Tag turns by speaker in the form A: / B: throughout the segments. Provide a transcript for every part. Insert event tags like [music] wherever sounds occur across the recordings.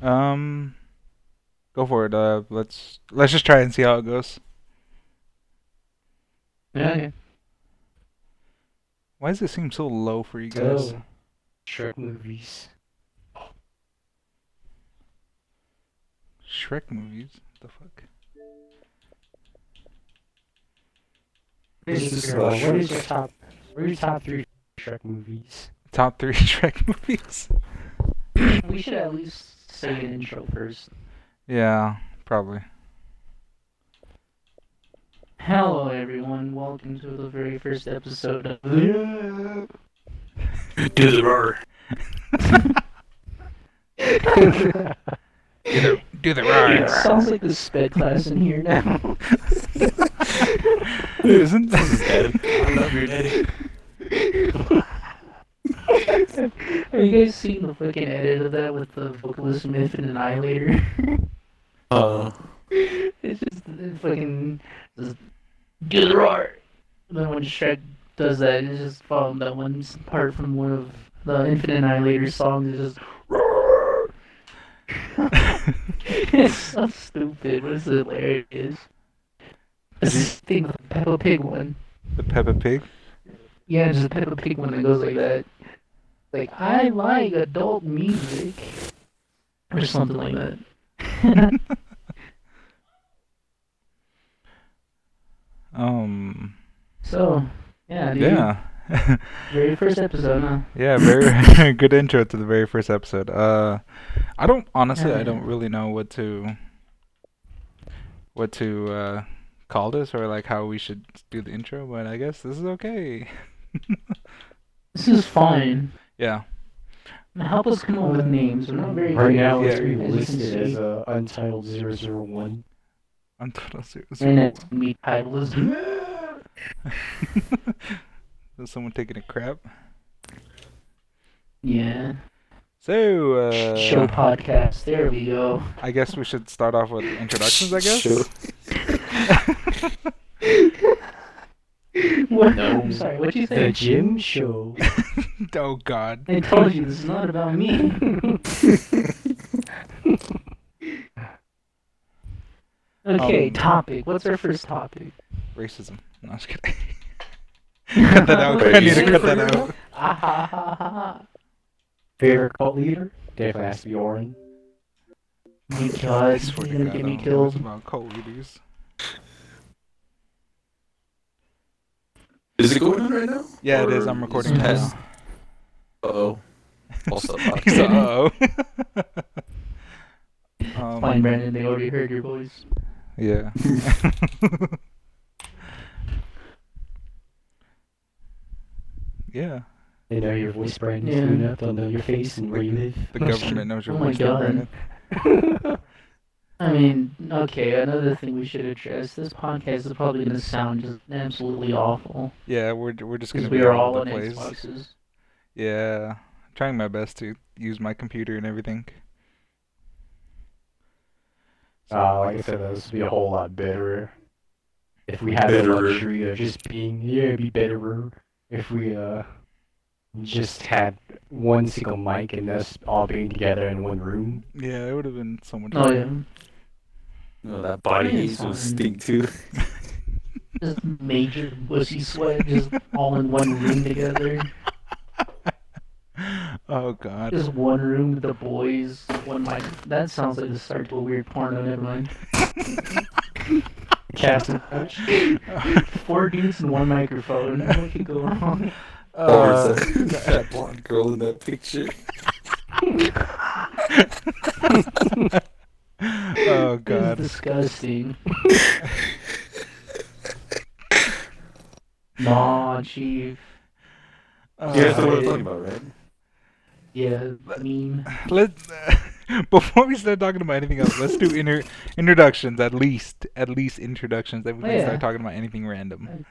A: Um, go for it. Uh, let's let's just try and see how it goes.
B: Yeah, yeah.
A: Why does it seem so low for you guys?
B: Oh. Shrek movies.
A: Shrek movies. The fuck?
B: This is what is your top? What are your top three Shrek movies?
A: Top three [laughs] Shrek movies.
B: we should at least say an intro first.
A: Yeah, probably.
B: Hello, everyone. Welcome to the very first episode of the.
C: Do the roar.
A: Do the
B: It
C: [laughs]
B: sounds like the sped class in here now.
A: [laughs]
B: [laughs]
A: Isn't that?
C: I love your daddy.
B: Have you guys seen the fucking edit of that with the vocalist Myth and Annihilator? [laughs]
C: Uh,
B: It's just it's fucking just do the roar. And then when Shrek does that, it's just from that one s- part from one of the Infinite Annihilator songs. It's just [laughs] roar. it's so stupid. What is it? Hilarious. It's this thing with the Peppa Pig one.
A: [laughs] The Peppa Pig.
B: Yeah, just the Peppa Pig one that goes like that. Like I like adult music, or something like that.
A: Um.
B: so yeah, dude,
A: Yeah.
B: Very first episode, huh?
A: yeah. Very [laughs] good intro to the very first episode. Uh, I don't honestly. I don't really know what to. What to uh, call this or like how we should do the intro, but I guess this is okay.
B: This is fine.
A: Yeah.
B: Help us come up with names. We're not very
C: right
B: good
C: now,
B: at
C: it's
B: it,
C: being
B: as you can
C: listed as
B: see.
C: uh, Untitled 001.
A: I'm [laughs] totally serious.
B: And it's me title is
A: [laughs] Is someone taking a crap?
B: yeah.
A: So,
B: Show
A: uh,
B: podcast. There we go. [laughs]
A: I guess we should start off with introductions, I guess?
C: Sure.
B: What?
C: No.
B: I'm sorry. What'd you
C: The
B: say?
C: Jim Show.
A: [laughs] oh, God.
B: I told you this is not about me. okay,
A: Um,
B: topic. What's our first topic?
A: Racism. No, I'm just kidding. cut that
B: [laughs]
A: out. I need to cut that out.
B: Ah, ha, ha, ha, [laughs] ha.
C: Favorite cult leader? Definitely has to be Orin.
A: [laughs]
B: Oh my
A: I
B: God,
A: swear
B: you're
A: to
B: gonna
A: God,
B: get
A: I
B: me
A: don't know what's
B: killed.
A: about cult leaders.
D: Is it going on right now?
A: Yeah, it is.
D: Or
A: I'm recording
D: it
A: right
D: past-
A: now. [laughs]
D: Uh-oh. I'll stop
A: He's
D: talking.
A: like, uh-oh.
B: [laughs]
A: um,
B: Fine, Brandon. They already heard your voice.
A: Yeah. [laughs] yeah.
C: They know your voice, Brandon.
B: Yeah.
C: soon enough. They'll know your face and where you live.
A: The government knows your
B: Oh my
A: voice. now,
B: God.
A: Brandon.
B: [laughs] I mean, okay, another thing we should address. This podcast is probably going to sound just absolutely awful.
A: Yeah, we're we're just
B: Because
A: gonna
B: we
A: be
B: are all
A: over
B: on
A: the place.
B: Xboxes.
A: Yeah, trying my best to use my computer and everything.
C: Uh, like I said, this would be a whole lot better if we had the
D: Betterer.
C: luxury of just being, yeah, it'd be better if we uh just had one single mic and us all being together in one room.
A: Yeah, it would have been so much.
B: Oh,
A: fun.
B: yeah.
D: No, that body heat will stink
A: [laughs]
D: too.
B: Just major pussy sweat, just all in one room together.
A: [laughs] Oh
B: [laughs]
A: god.
B: Just one room with the boys, one mic. That sounds like the start to a weird porno, never
A: [laughs]
B: mind.
C: Cast in
B: Four dudes and one microphone. [laughs] What could go wrong?
D: Or
A: Uh, [laughs]
D: is that, that blonde girl in that picture.
A: oh
B: This is
A: god. [laughs]
B: disgusting. Nah, chief.
A: Uh,
D: You guys know what I'm talking about, right?
B: Yeah, meme.
A: let's [laughs] before we start talking about anything else, let's do inter- introductions at least. At least introductions. Then we
B: Oh,
A: can
B: yeah.
A: start talking about anything random.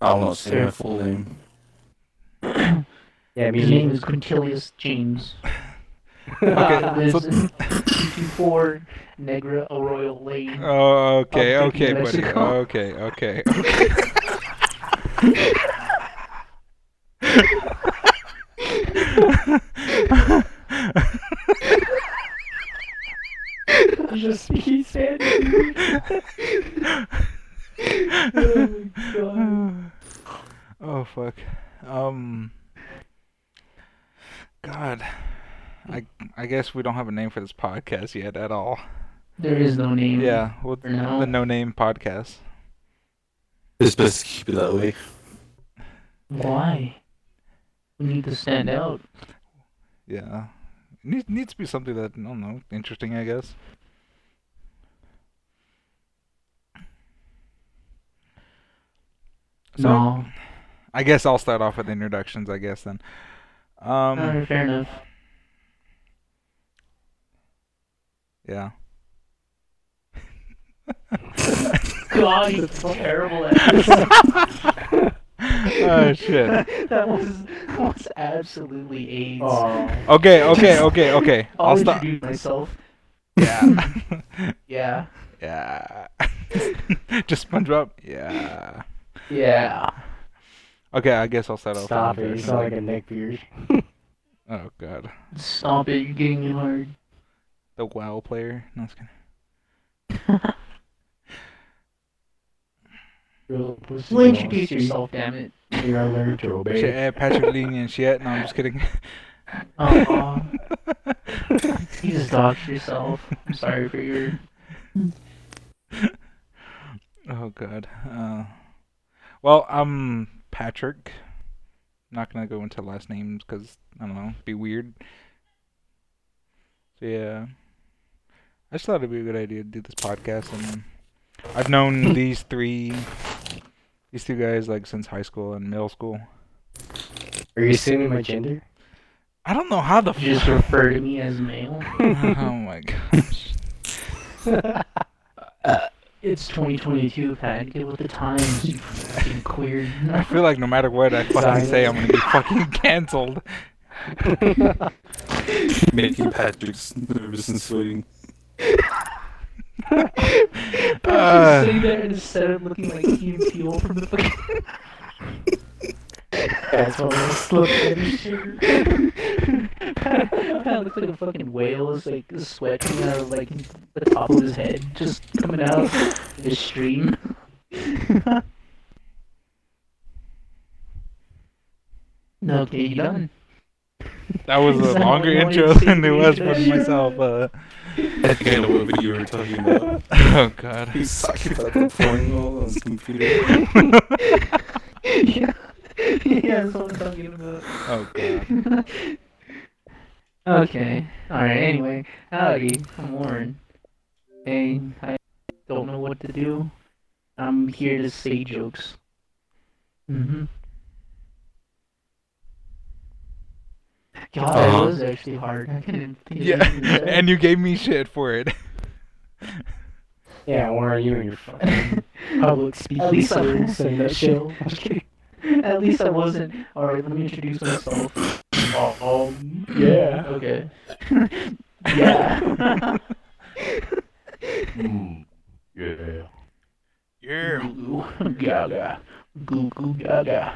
D: I don't know, say my full name.
C: Yeah, I
B: His
C: mean,
B: name is Quintilius [laughs] James. Uh,
A: Okay,
B: Lives
A: so-
B: in 224 Negra
A: [laughs]
B: Arroyo Lane. [laughs]
A: Oh, okay,
B: Up
A: okay,
B: in
A: buddy.
B: Mexico.
A: Okay, okay. [laughs]
C: just he said. oh my god.
A: Mm. oh fuck. Um. God, I I guess we don't have a name for this podcast yet at all.
B: There is no name.
A: Yeah, well,
B: Mm. For now.
A: the No Name Podcast.
D: It's best to keep it that way.
B: Why? We need to stand out.
A: Yeah, needs needs to be something that I don't know, interesting, I guess. So
B: no.
A: I guess I'll start off with introductions. I guess then. Um.
B: Alright, fair enough. [laughs]
A: Yeah.
B: [laughs]
A: [laughs]
B: God, he's terrible at this.
A: [laughs] oh shit.
B: [laughs] that was that was absolutely AIDS.
C: Oh.
A: Okay. Okay. Okay. Okay.
B: I'll
A: I'll stop.
B: introduce myself.
A: Yeah. [laughs]
B: Yeah.
A: yeah. [laughs] Just SpongeBob. Yeah.
B: Yeah.
A: Okay. I guess I'll start off. with
C: Stop it! You sound like
A: introductions.
C: a neckbeard.
A: Oh god.
B: Stop it, you're getting me hard.
A: The WoW player. No, it's kidding.
C: You're a little pussy.
B: Well, introduce yourself, damn it.
C: You gotta learn to obey.
A: Shit, eh, Patrick Leahy and shit. No, I'm just [laughs] kidding.
B: Uh, you just doxed yourself. I'm sorry for your.
A: Oh god. Uh, well, I'm Patrick. Not gonna go into last names because I don't know, be weird. So yeah, I just thought it'd be a good idea to do this podcast, and I've [laughs] known these three, these two guys like since high school and middle school.
C: Are you assuming my gender?
A: I don't know how the.
B: You just
A: F-
B: refer to me as male.
A: [laughs] oh my gosh.
B: It's 2022, Pat. Get with the times, you fucking queer.
A: I feel like no matter what I fucking say, I'm gonna get fucking canceled. [laughs]
D: Making Patrick's nervous and sweating.
A: Uh,
B: sitting there and instead of looking like Key and Peele from the fucking.
C: That's what I was
B: [laughs]
C: looking
B: Pat, Pat looks like a fucking whale. It's like sweat coming out of like the top of his head, just coming out of
C: [laughs]
B: his stream. No, okay, you done.
C: [laughs]
A: That was a
B: Exactly
A: longer
B: what I
A: intro
B: said
A: than it
B: to
A: was
B: you.
A: for myself. Uh,
D: I think I know what video you're talking about.
A: oh [laughs] god.
D: He's talking about the porn wall on his computer.
B: yeah, [laughs] yeah, that's what I'm talking about.
A: Oh [laughs] god.
B: okay. Alright, anyway. Howdy, I'm Warren. And I don't know what to do. I'm here to say jokes. Mm-hmm. God, that
D: Uh-huh.
B: was actually hard. I couldn't think of
A: Yeah,
B: anything to say.
A: [laughs] and you gave me shit for it. [laughs]
C: Yeah, where are you and your fucking [laughs] public
B: At
C: speaking
B: least I-
C: skills and that shit? I'm just kidding.
B: [laughs] At least I wasn't. Alright, let me introduce myself.
C: Oh, um, yeah.
B: Okay. [laughs] yeah.
C: Mm, yeah.
A: Yeah.
B: Goo goo gaga. Goo goo gaga.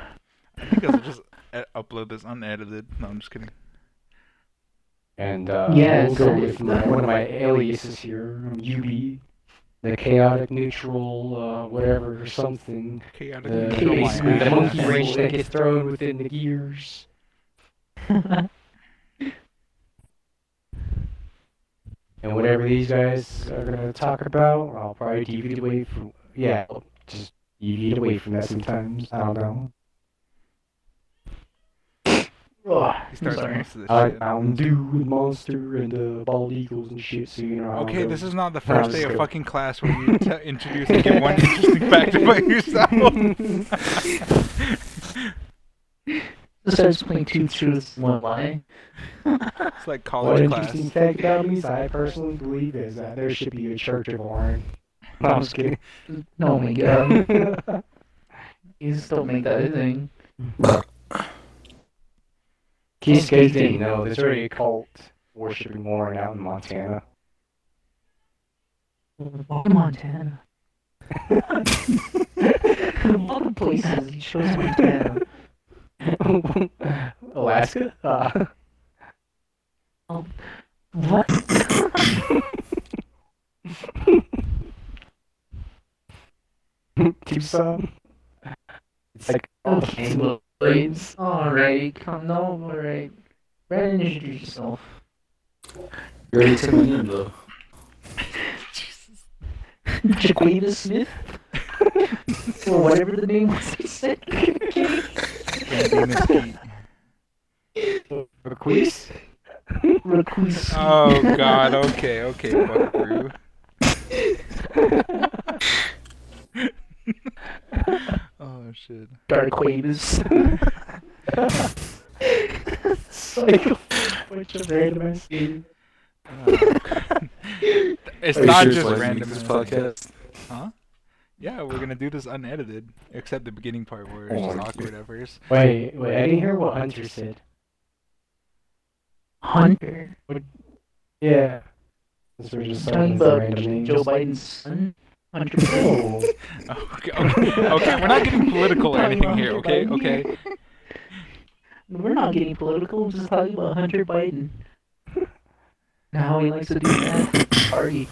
A: I think I'll just e- upload this unedited. No, I'm just kidding.
C: And uh,
B: Yeah,
C: we'll
B: so-
C: go with my, one of my aliases here, um, UB, the chaotic neutral, uh, whatever or something.
A: Chaotic.
C: The,
B: Kill my
C: basically the
B: ass.
C: monkey wrench that gets thrown within the
B: [laughs]
C: gears. And whatever these guys are gonna talk about, I'll probably deviate away from. Yeah, I'll just deviate away from that sometimes. I don't know.
B: Ugh,
A: He
B: I'm
A: starts
B: sorry.
A: most of this
C: I like
A: shit.
C: Mountain Dew and Monster and uh, bald eagles and shit. So you know. I don't
A: Okay,
C: know.
A: this is not the
C: No, I'm
A: first day
C: just
A: of
C: kidding.
A: fucking class where you t- introduce and give one interesting
C: [laughs]
A: fact about yourself. [laughs]
B: This starts playing two truths, one lie.
A: It's like
C: One
A: college class.
C: interesting fact about me is I personally believe is that there should be a church of Warren. [laughs] No, I'm just kidding. [laughs]
B: Oh my god. You just don't make that a thing.
C: Keith guys didn't know there's already a cult worshiping Warren out in Montana. [laughs]
B: Montana. of all the places, he chose Montana.
C: Alaska? Uh,
B: What?
C: [laughs] Tucson. It's like oh,
B: Okay, Williams. Alright, come no, alright. Brandon, introduce yourself.
D: You already took my name though.
B: Jaquita Smith? or whatever the name was he said.
C: Request?
B: Raquis.
A: Oh God. Okay. Okay. Fuck you. Oh shit.
B: [laughs] Darquavis.
C: It's like a bunch of random ass names.
A: Oh, God. it's
D: Are you
A: not
D: sure
A: just
D: it's like
A: random.
D: this
A: as-
D: podcast.
A: Yeah, we're gonna do this unedited, except the beginning part where it's
D: Oh,
A: just
D: my
A: awkward at first. [laughs]
C: Wait, wait, I didn't hear what Hunter said.
B: Hunter.
C: Yeah. So we're just talking
B: Talking
C: about
B: about
C: random names.
B: Joe Biden's son.
C: [laughs]
B: Hunter Biden.
C: Oh,
A: Okay, okay, okay, we're not getting political or
B: Talking
A: anything
B: about
A: here.
B: Hunter
A: Okay,
B: Biden.
A: okay.
B: [laughs] We're not getting political, we're just talking about Hunter Biden. Now how he likes to do that. Party.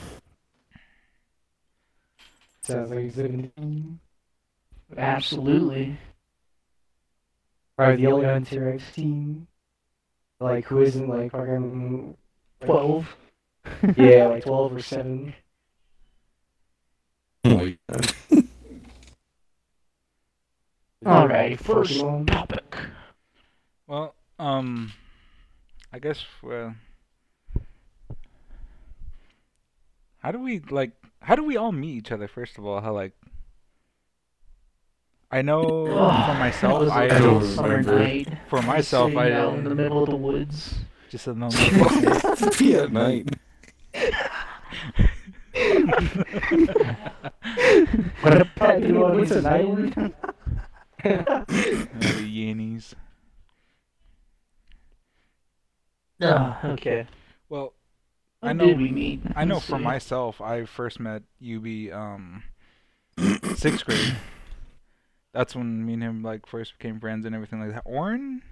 C: sounds like he's living.
B: Absolutely.
C: Probably the only hunter I've seen. Like, who isn't like fucking. like-
B: 12.
C: [laughs] Yeah, like 12 or 7.
D: Oh my god.
B: Alright, first
C: Pokemon.
B: topic.
A: Well, um, I guess well, how do we like? How do we all meet each other? First of all, how like? I know for
B: [sighs] Ugh,
A: myself,
B: that was a
A: I
D: don't
B: cold summer
D: remember.
B: night.
A: for
B: Just
A: myself,
B: sitting
A: I
B: out in the middle of the woods.
A: just [laughs] a moment.
D: [laughs] Be at night.
C: What a pet,
B: Hey,
C: you want
B: what's
C: to
B: his
C: island?
B: name?
A: Oh, Yannies.
B: Ah, okay.
A: Well, I
B: When
A: know-
B: did we meet?
A: I know
B: Let's
A: for
B: see.
A: myself, I first met UB um sixth grade. That's when me and him like first became friends and everything like that. Orin,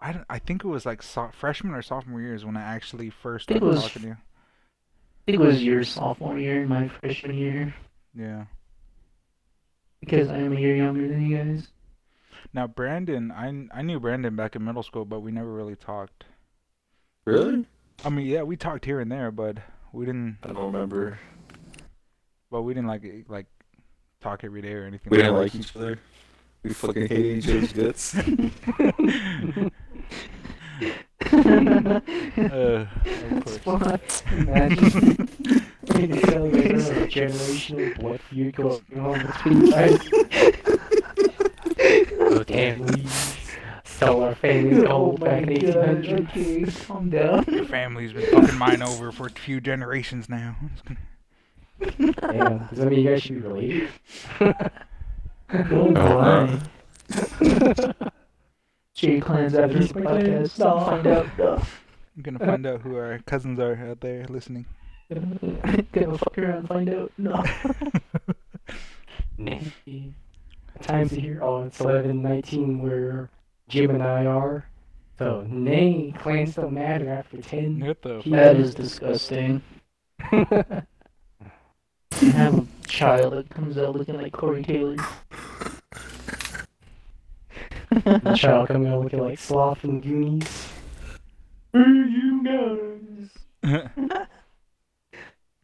A: I don't, I think it was like so- freshman or sophomore years when I actually first
B: Think it
A: started
B: was-
A: talking to you.
B: I think it was your sophomore year and my freshman year
A: Yeah.
B: because I am a year younger than you
A: [laughs]
B: guys.
A: Now Brandon, I kn- I knew Brandon back in middle school, but we never really talked.
D: Really?
A: I mean, yeah, we talked here and there, but we didn't.
D: I don't remember.
A: But we didn't like e- like talk every day or anything.
D: We didn't
A: that.
D: like each other. We fucking hated each other's guts.
A: [laughs]
B: [laughs]
A: Uh, of course.
B: Spots.
A: [laughs]
B: [laughs]
C: Imagine. It's like a generational blood feud going on
B: [laughs]
C: between us. Oh, damn, we sell our families
B: Oh
C: gold
B: my
C: back in
B: god,
C: 1800.
B: okay, calm down.
A: Your family's been fucking mine over for a few generations now.
C: Damn, does that mean you guys should be related?
B: Go
D: no.
B: blind.
C: [laughs]
B: Jay Clans after this
C: Jay
B: podcast.
C: Clans.
B: I'll find out. No.
A: I'm gonna find out who our cousins are out there listening.
B: [laughs] Gonna fuck around and find out. No.
C: Times here, oh, it's 11, 19 where Jim and I are. So, nay, clans don't matter after 10.
A: What the?
B: That is disgusting. You have a child that comes out looking like Corey Taylor.
C: [laughs] the child coming out looking like Sloth and Goonies.
B: Where you guys?
A: [laughs] F-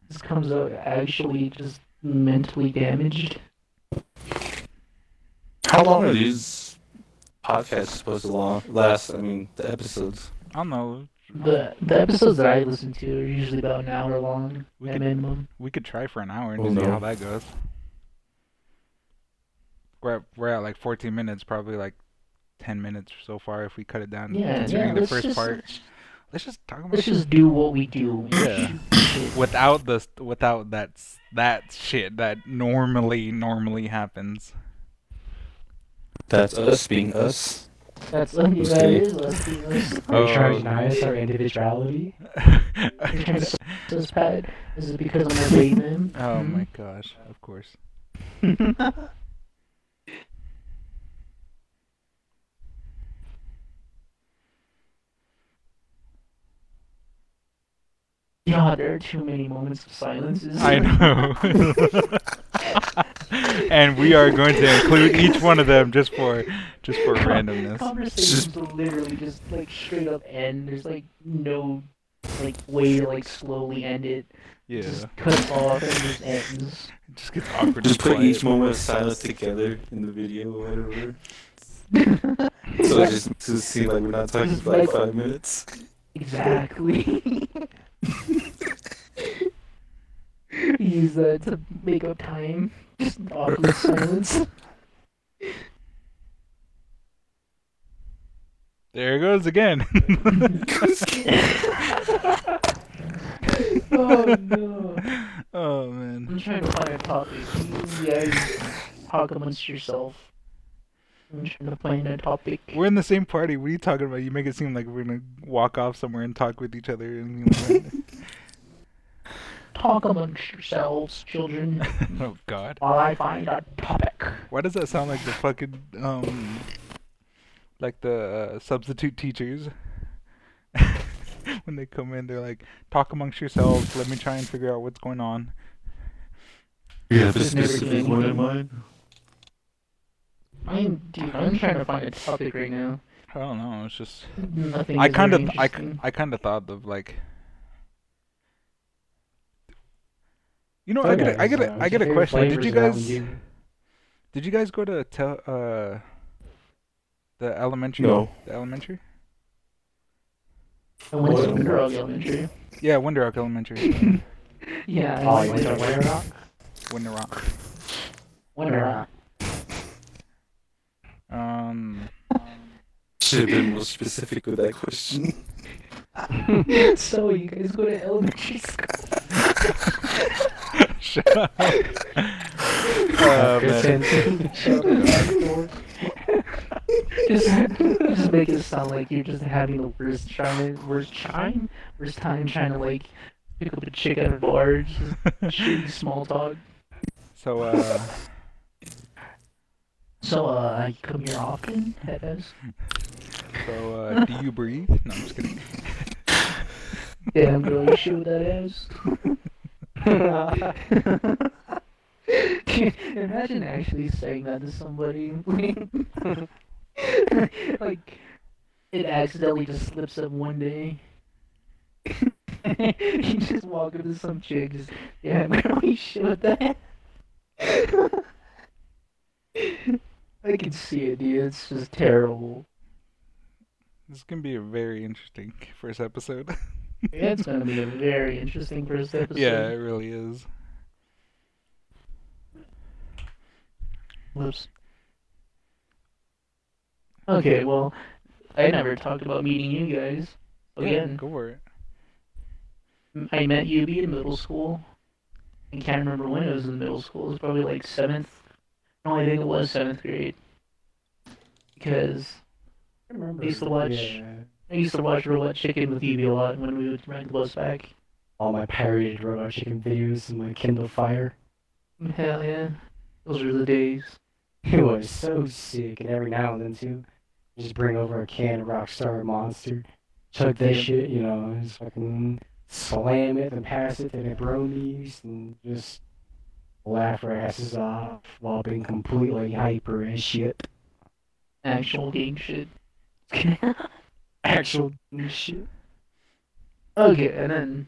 B: This comes out actually just mentally damaged.
D: [laughs] How long are these podcasts supposed to long, last? I mean, the episodes.
A: I don't know.
B: The the episodes that I listen to are usually about an hour long
A: We
B: at
A: could-
B: minimum.
A: We could try for an hour and
D: Oh,
A: just see
D: no.
A: how that goes. We're at, we're at like 14 minutes, probably like 10 minutes so far. If we cut it down,
B: Yeah,
A: considering
B: yeah.
A: the
B: Let's
A: first
B: just
A: part,
B: let's-
A: let's just talk about
B: let's just do what we do.
A: Yeah. without the without that s- that shit that normally normally happens.
D: That's us being us.
B: That's that is
D: Okay.
B: us. being us.
C: Are you trying
A: Oh.
C: to deny us our individuality?
B: You're trying to s- us, Pat. Is it because I'm a gay man?
A: [laughs] oh my gosh! Of course.
B: God, there are too many moments of silences.
A: I know. [laughs] and we are going to include each one of them just for just for randomness.
B: Conversations will literally just like straight up end. There's like no like way to like slowly end it. It
A: Yeah,
B: Just cuts off and just ends.
A: it just gets awkward.
D: Just
A: and
D: put
A: quiet.
D: each moment of silence together in the video or whatever. So it just to seem like we're not talking for like five minutes.
B: exactly. [laughs] Use that to make up time. Just awkward silence.
A: There it goes again. [laughs]
B: [laughs] Oh no.
A: oh man.
B: I'm trying to find a topic. You guys talk amongst yourself. I'm trying to find a topic.
A: We're in the same party. What are you talking about? You make it seem like we're gonna walk off somewhere and talk with each other. And be like,
B: Talk amongst yourselves, children,
A: oh God!
B: while I find a topic.
A: Why does that sound like the fucking um, like the uh, substitute teachers? [laughs] when they come in, they're like, "Talk amongst yourselves. Let me try and figure out what's going on."
D: You have
B: a specific one in
D: mind?
B: I'm, dude, I'm trying to find a topic right now.
A: I don't know. It's just
B: Nothing.
A: I
B: is
A: kind of
B: very
A: I,
B: interesting.
A: I kind of thought of like. You know, I
C: Sorry,
A: get a, I
C: guys,
A: get
C: uh,
A: a, I get a
C: favorite
A: question. Did
C: flavors
A: you
C: of Mountain
A: guys?
C: Dew?
A: Did you guys go to tel- uh the elementary?
D: No.
A: The elementary?
B: I went to
D: What?
B: Winter Rock Elementary.
A: Yeah, Winter Rock Elementary.
B: Yeah, I
C: Oh, you went
B: went
C: to
B: to
C: Winter Rock?
A: Winter Rock.
B: Winter Rock.
A: Um
D: Should have been more specific with that [laughs] question.
B: [laughs] so you guys go to elementary school.
A: shut up.
C: Uh,
A: Oh, man. [laughs]
C: Kristen.
B: [laughs] just, just make it sound like you're just having the worst time, worst time, worst time trying to like pick up a chick at a bar, just shitty small talk.
A: so uh
B: So, uh, you come here often, Hedas?
A: so uh do you breathe? No, I'm just kidding.
B: Damn girl, you shit with that ass. Imagine actually saying that to somebody. [laughs] like, it accidentally just slips up one day. [laughs] you just walk into some chick, just, damn [laughs] girl, you shit with that ass. [laughs] I can see it, dude. It's just terrible.
A: This is gonna be a very interesting first
B: [laughs]
A: episode.
B: It's gonna be a very interesting first episode.
A: yeah, it really is.
B: Whoops. Okay, well, I never talked about meeting you guys.
A: Yeah,
B: Again,
A: go for it.
B: I met UB in middle school. I can't remember when it was in middle school. It was probably like seventh. No, I think it was seventh grade. Because
C: I remember.
B: I used to watch-
C: Yeah.
B: I used to watch Robot Chicken with UB a lot when we would ride the bus back.
C: all my pirated Robot Chicken videos and my Kindle Fire.
B: Hell yeah. Those were the days.
C: [laughs] It was so sick, and every now and then too, just bring over a can of Rockstar Monster, chug that
B: Yeah.
C: shit, you know, and just fucking slam it and pass it to the bronies and just laugh our asses off while being completely hyper and
A: [laughs]
C: shit.
B: Actual gang shit.
C: Actual shit.
B: Okay, and then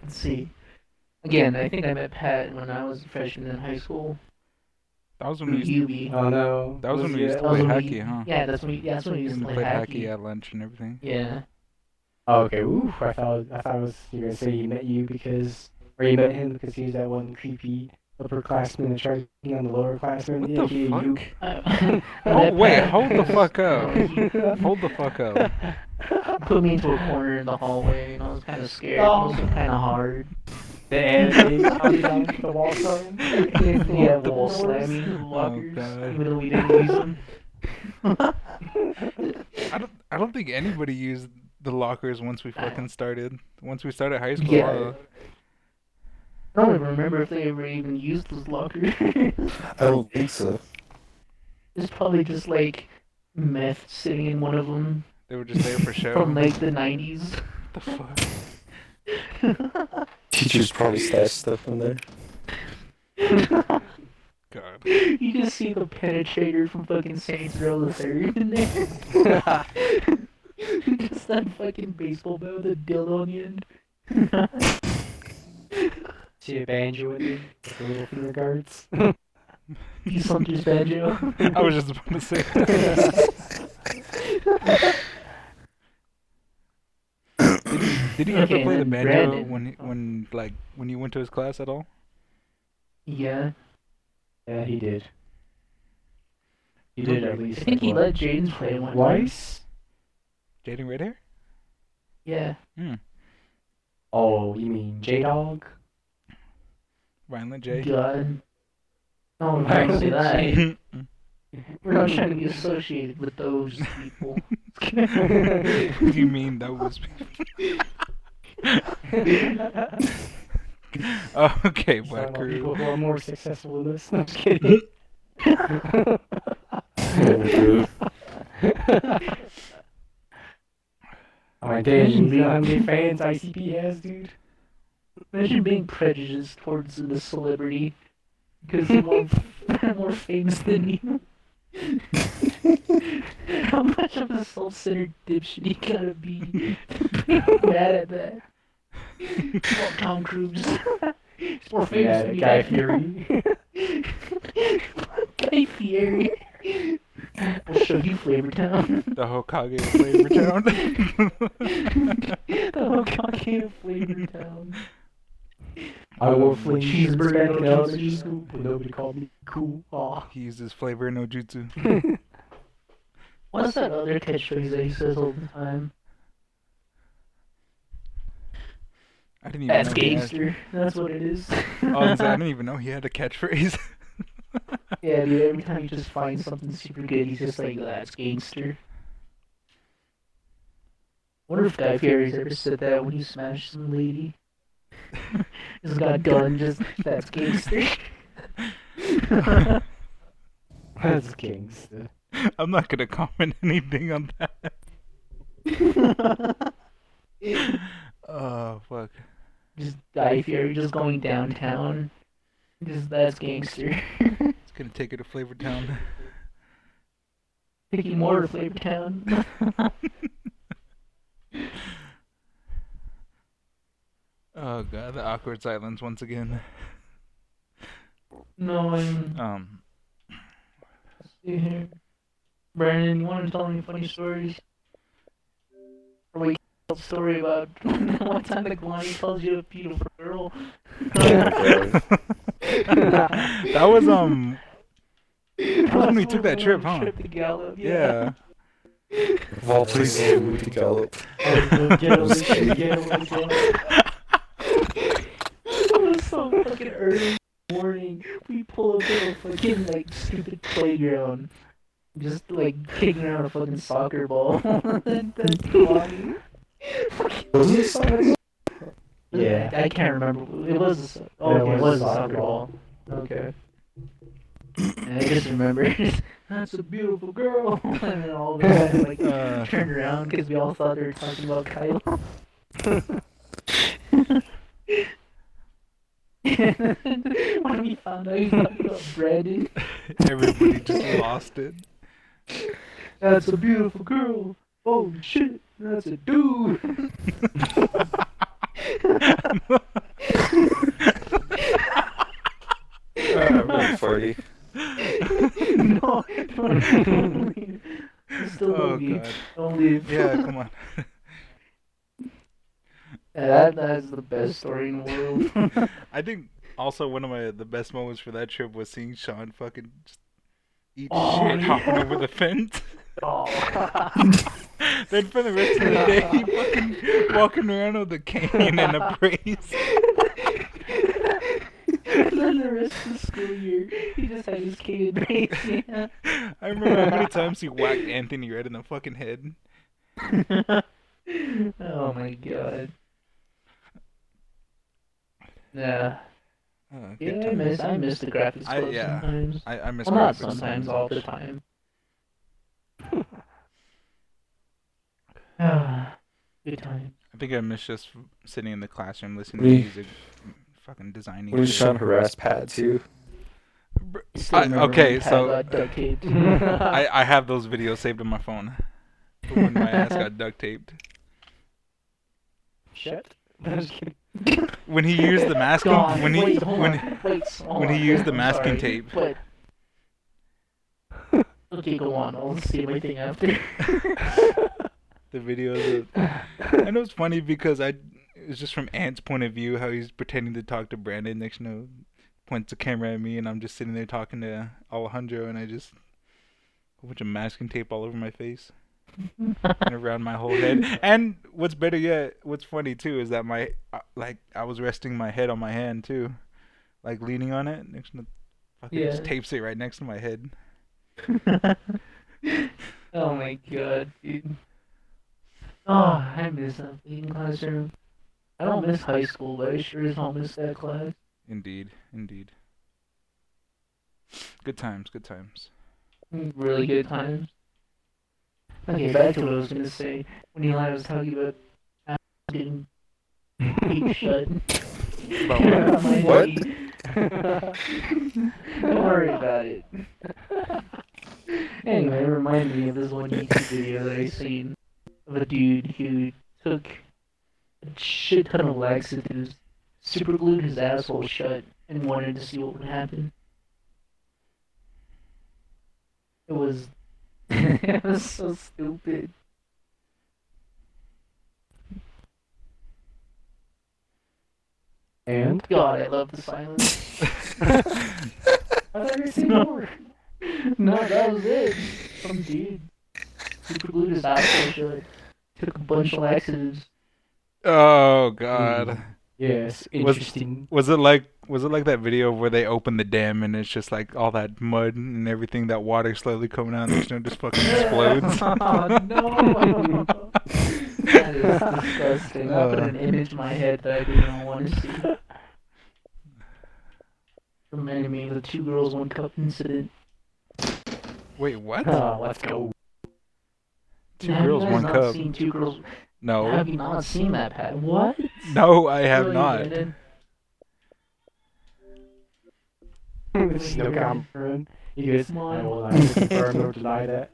B: let's see. Again, I think I met Pat when I was a freshman in high school.
A: That was when we used to,
B: UB.
C: Oh no.
A: that was when we
C: it- Oh,
A: used to
B: that
A: play
B: was when
A: hockey,
B: we-
A: huh?
B: Yeah, that's when we, yeah, that's when we used to
A: We
B: play
A: played
B: hockey.
A: hockey at lunch and everything. [laughs]
B: Yeah.
C: Oh, okay. Ooh, I thought I thought it was you were gonna say you met you because or you met him because he was that one creepy upperclassman that tried to on the lowerclassman.
A: What
C: Yeah,
A: the
C: yeah, you-
A: fuck?
B: I- [laughs] I
A: Oh
B: met
A: wait,
B: Pat
A: hold the
B: because-
A: fuck up.
B: no,
A: Hold the fuck up.
B: he [laughs] put me into a corner in the hallway, and I was kind of scared.
C: Oh.
B: It was kind
A: [laughs]
B: of hard.
C: The anime comedy on the wall sign.
B: yeah, the wall
C: Doors.
B: slamming the lockers,
A: Oh, God.
B: even though we didn't use
A: [laughs]
B: them.
A: I don't. I don't think anybody used the lockers once we fucking started. Once we started high school.
B: Yeah.
A: uh,
B: I don't even remember if they ever even used those lockers. [laughs]
D: I don't think so.
B: It's probably just like meth sitting in one of them
A: they were just there for show.
B: from like the [laughs] 90s.
A: What the fuck?
D: [laughs] Teachers probably stashed stuff in there.
A: God.
B: you just see the penetrator from fucking Saints Row the Third in there. just that fucking baseball bat with a dildo on the end. [laughs]
C: See a banjo in there with the little finger guards.
B: you slumped his banjo.
A: I was just about to say. that. did he, did he ever
B: Okay,
A: play the
B: then
A: banjo
B: Brandon.
A: when he- when like when you went to his class at all?
B: Yeah.
C: yeah, he did. He
B: Okay.
C: did at
B: I
C: least.
B: think he let
C: like,
B: Jaden play
C: what,
B: one time.
C: twice.
A: Jaden Red Hair?
B: Yeah.
C: Oh, you mean J Dog?
A: Violent J.
B: God. No, we don't say that. We're not trying to be
C: use.
B: associated with those people.
A: what do you mean that was Oh, okay, Black
C: people
A: Crew.
C: who are more successful than this. No, I'm just kidding. Oh my days, you know how many fans ICP has, dude?
B: Imagine being prejudiced towards the celebrity because they're more, they're [laughs] more famous than you. [laughs] How much of a self-centered dipshit you gotta be to be mad at that? Well, Tom Cruise. He's [laughs] more famous
C: Yeah,
B: than
C: Guy
B: you.
C: Fury.
B: [laughs] Guy Fieri. I'll show you Flavor Town. [laughs]
A: The Hokage of Flavor Town. [laughs]
B: the Hokage of Flavor Town.
C: I will fling
B: Cheeseburger
C: cheeseburger
B: at
C: in
B: elementary
C: elementary
B: school,
C: school, but nobody called me cool. Aw.
A: he uses flavor no jutsu.
B: What's that other catchphrase that he says all the time?
A: I didn't even
B: That's
A: know he had-
B: gangster. That's what it is.
A: I was gonna say, I
B: [laughs]
A: didn't even know he had a catchphrase.
B: yeah, dude, every time he just finds something super good, he's just like, that's gangster. wonder if Guy Fieri's ever said that when he smashed some lady. [laughs] just got a gun, just, that's gangster.
C: That's gangster.
A: I'm not gonna comment [laughs] anything on
B: [laughs]
A: that. Oh fuck.
B: just Guy Fieri just going downtown. Just, that's gangster. [laughs]
A: It's gonna take her to Flavor Town.
B: Thinking more to Flavor Town.
A: Oh god, the awkward silence once again.
B: [laughs] no, I'm
A: Um [laughs]
B: see here. Mm-hmm. Brandon, you want to tell me funny stories? Or we tell a story about [laughs] one time the Kalani tells you a beautiful girl.
A: That was um was when [laughs] we took that trip, huh?
B: Trip to Gallup,
A: yeah.
D: Of all places, we could gallop.
C: Get over here, get over here.
B: [laughs] it was so fucking early in the morning. We pull up to a fucking like stupid playground, just like kicking around a fucking soccer ball. [laughs] And then Kalani-
D: Was it soccer?
C: Yeah.
B: I can't remember. It was a, so- oh, okay, it was a soccer ball. Okay. I just remember. [laughs] That's a beautiful girl. [laughs] And then all of us like
A: Uh.
B: turned around because we all thought they were talking about Kyle. [laughs] when we found out he was talking about Brandon,
A: Everybody just lost it.
B: [laughs] that's a beautiful girl. Oh shit, that's a dude. [laughs]
D: uh, [laughs] I'm farty.
B: no, don't leave. Still don't
A: Oh
B: leave.
A: god.
B: Don't leave.
A: Yeah, come on.
B: Yeah, [laughs] that that's the best story in the [laughs] world.
A: I think also one of my the best moments for that trip was seeing Sean fucking just eat
B: Oh,
A: shit hopping
B: yeah.
A: over the fence.
B: [laughs] oh.
A: [laughs] then for the rest of the
B: [laughs]
A: day, he fucking walking around with a cane and a brace.
B: and then the rest of the school year, he just had his kid brace. Yeah.
A: I remember how many times he whacked Anthony right in the fucking head.
B: oh my god. Yeah.
A: Oh, good
B: Yeah, I
A: times.
B: miss I miss the graphics
A: I-
B: club
A: yeah.
B: sometimes.
A: I, I miss
B: Well, not
A: graphics.
B: sometimes, all the time. Ah, Good time.
A: I think I miss just sitting in the classroom listening
D: We-
A: to music, fucking designing.
D: When
A: shit.
D: Sean harassed Pat too. [laughs]
B: Still
A: I-
B: remember
A: okay,
B: when Pat
A: so-
B: got duct taped.
A: [laughs] I, I have those videos saved on my phone. When my
B: [laughs]
A: ass got duct taped.
C: Shut. I'm just kidding.
A: When he used the masking
B: God,
A: when he
B: wait, hold
A: when
B: on, wait, hold
A: when he
B: on,
A: used the
B: I'm
A: masking
B: sorry,
A: tape. [laughs]
B: but- okay, go on. I'll see my thing after. [laughs]
A: the videos of and it was funny because I it was just from Ant's point of view how he's pretending to talk to Brandon next you know points the camera at me and I'm just sitting there talking to Alejandro and I just a bunch of masking tape all over my face and around my whole head and what's better yet what's funny too is that my uh, like I was resting my head on my hand too like leaning on it next to fucking just
B: Yeah.
A: tapes it right next to my head
B: oh my god, dude. Oh, I miss that fucking classroom. I don't miss high school, but I sure as hell miss that class.
A: indeed indeed good times good times
B: Really good times. Okay, back to what I was gonna say. When Eli was talking about uh, [laughs] getting beat shut.
A: About
B: [laughs] Never mind,
D: What?
B: he-
C: [laughs]
B: Don't worry about it. anyway, it reminded me of this one YouTube video that I seen of a dude who took a shit ton of laxatives, super glued his asshole shut, and wanted to see what would happen. It was [laughs] it was so stupid.
C: And
B: God, I love the silence.
C: I've never seen
B: no, no, that was it. Some dude super glued his asshole shut, took a bunch of laxatives.
A: Oh god.
C: Yes,
A: Was-
C: [laughs] interesting.
A: Was it like was it like that video where they open the dam and it's just like all that mud and everything that water slowly coming out and the snow just fucking explodes?
B: [laughs] oh no! that
A: [laughs]
B: is disgusting. I put
A: Uh.
B: an image in my head that I didn't want to see. Reminded me of the two girls, one cup incident.
A: [laughs] Wait, what?
C: Oh, let's go.
A: Two
B: have
A: girls,
B: you guys
A: one
B: not
A: cup.
B: Seen two girls.
A: No.
B: Have you not seen that, Pat? What?
A: [laughs] No, I have
B: Really,
A: not.
B: Brandon?
C: Snow Cameron. He goes, I will [laughs] neither confirm nor deny that.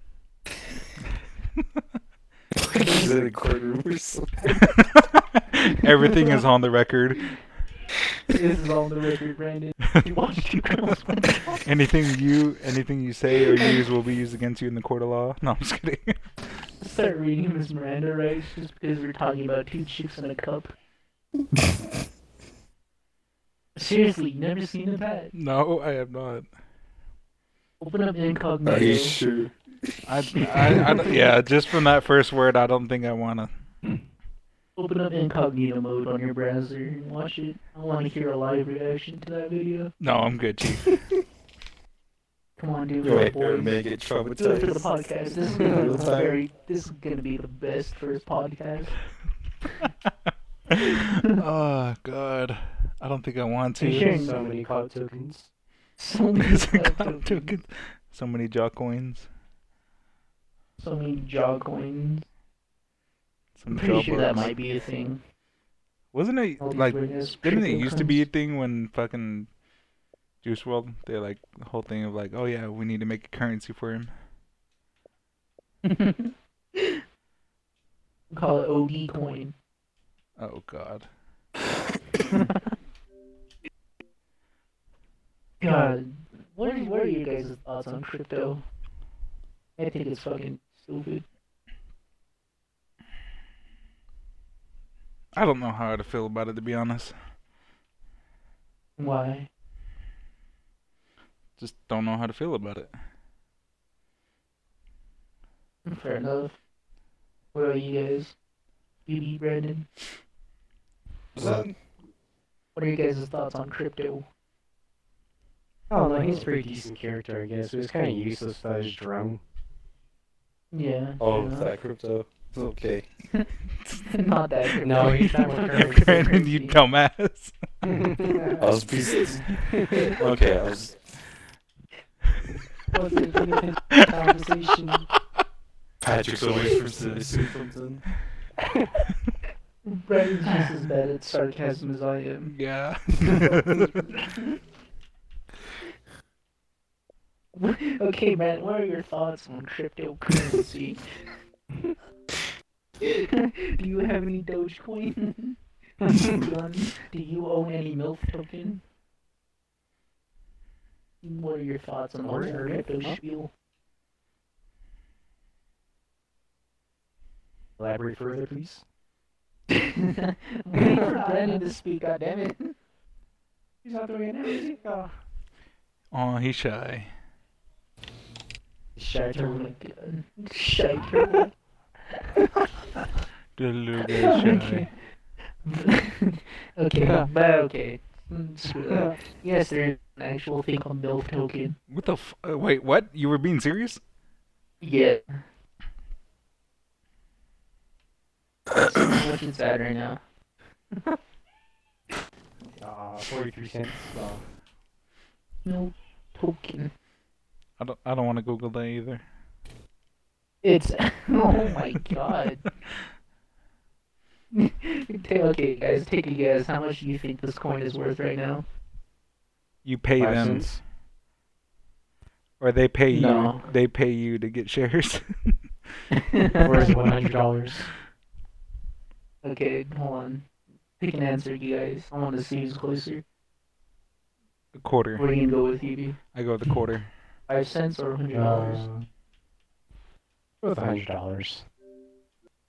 D: Is it a courtroom or something?
A: [laughs] Everything is on the record.
B: This is on the record, Brandon. You watched two girls, one cup.
A: Anything you anything you say or use will be used against you in the court of law. No, I'm just kidding. [laughs]
B: Start reading Miss Miranda rights just because we're talking about two chicks in a cup.
A: [laughs]
B: Seriously, you never seen the Pat?
A: No, I have not.
B: Open up incognito.
D: Are you sure?
A: I, I, I don't- yeah, just from that first word, I don't think I wanna.
B: Open up incognito mode on your browser and watch it. I want to hear a live reaction to that video.
A: No, I'm good, chief.
B: Come on, dude.
D: You
B: We're
D: ain't gonna
B: boys.
D: make it
B: Do it for the
D: traumatized.
B: podcast. This is
A: [laughs]
B: gonna
D: Real
B: be the
D: time.
B: very. This is gonna be the best first
A: [laughs]
B: podcast.
A: oh God, I don't think I want to.
B: You
A: [laughs]
B: sure?
C: So many cloud tokens.
B: So many,
A: It's a
B: stuff
A: clown
B: to-
A: token. So many jaw coins.
B: so many jaw coins.
A: Some
B: I'm pretty
A: jaw
B: sure that
A: bugs.
B: might be a thing.
A: Wasn't it
B: All these
A: like?
B: weird-ass
A: Didn't it
B: crypto
A: used to be a
B: currencies.
A: thing when fucking Juice World? They like the whole thing of like, oh yeah, we need to make a currency for him.
B: [laughs] Call it OD coin.
A: Oh God.
B: God, what are, what are your guys' thoughts on crypto? I think it's fucking stupid.
A: I don't know how to feel about it to be honest.
B: Why?
A: Just don't know how to feel about it.
B: Fair enough. What about you guys? BB Brandon, what are your guys' thoughts on crypto?
C: Oh no, he's a pretty decent character, I guess. It was kind of useless without his [laughs] drone.
B: Yeah.
D: Oh,
B: fair
D: is
B: enough.
D: that crypto? It's okay.
B: [laughs] not that. crypto.
C: No, he's
B: [laughs]
C: not
A: [laughs] Brandon,
C: recurring.
A: you dumbass. [laughs]
D: I was pieces. [laughs] Okay, I was.
C: conversation.
D: Patrick's always from Sinister something.
B: [laughs] Brandon's just as bad at [laughs] sarcasm as I am.
A: Yeah.
B: [laughs] okay, Matt, what are your thoughts on cryptocurrency? Do you have any Dogecoin? None. Do you own any MILF token? What are your thoughts on the whole
C: Alright, alright,
B: crypto
C: huh?
B: spiel?
C: Elaborate further, please.
B: [laughs] Wait for Brandon to speak, goddammit.
C: He's not doing anything. Oh.
A: [laughs] Oh, he's
B: [laughs]
A: shy.
C: Shy
B: Oh
C: turtle.
B: my god. Shite turtle.
A: The little bit
B: Okay.
A: shy.
B: [laughs] okay, but okay. Mm, screw that. Yes, there is an actual thing called MILF token.
A: What the f- uh, wait? What? You were being serious?
B: Yeah. so much inside right now.
C: Uh, 43 cents. Uh,
B: MILF token.
A: I don't. I don't want to Google that either.
B: It's [laughs] oh my god. [laughs] Ta- okay, guys, take a guess. How much do you think this coin is worth right now?
A: You pay
C: Five
A: them,
C: cents.
A: or they pay
B: No.
A: you. They pay you to get shares. [laughs]
C: Where's [laughs] $100?
B: okay, hold on. Pick an answer, you guys. I want to see who's closer.
A: a quarter.
B: What are you gonna go with, Hebe?
A: I go with the quarter.
B: Five cents or hundred dollars?
C: Uh, with $100.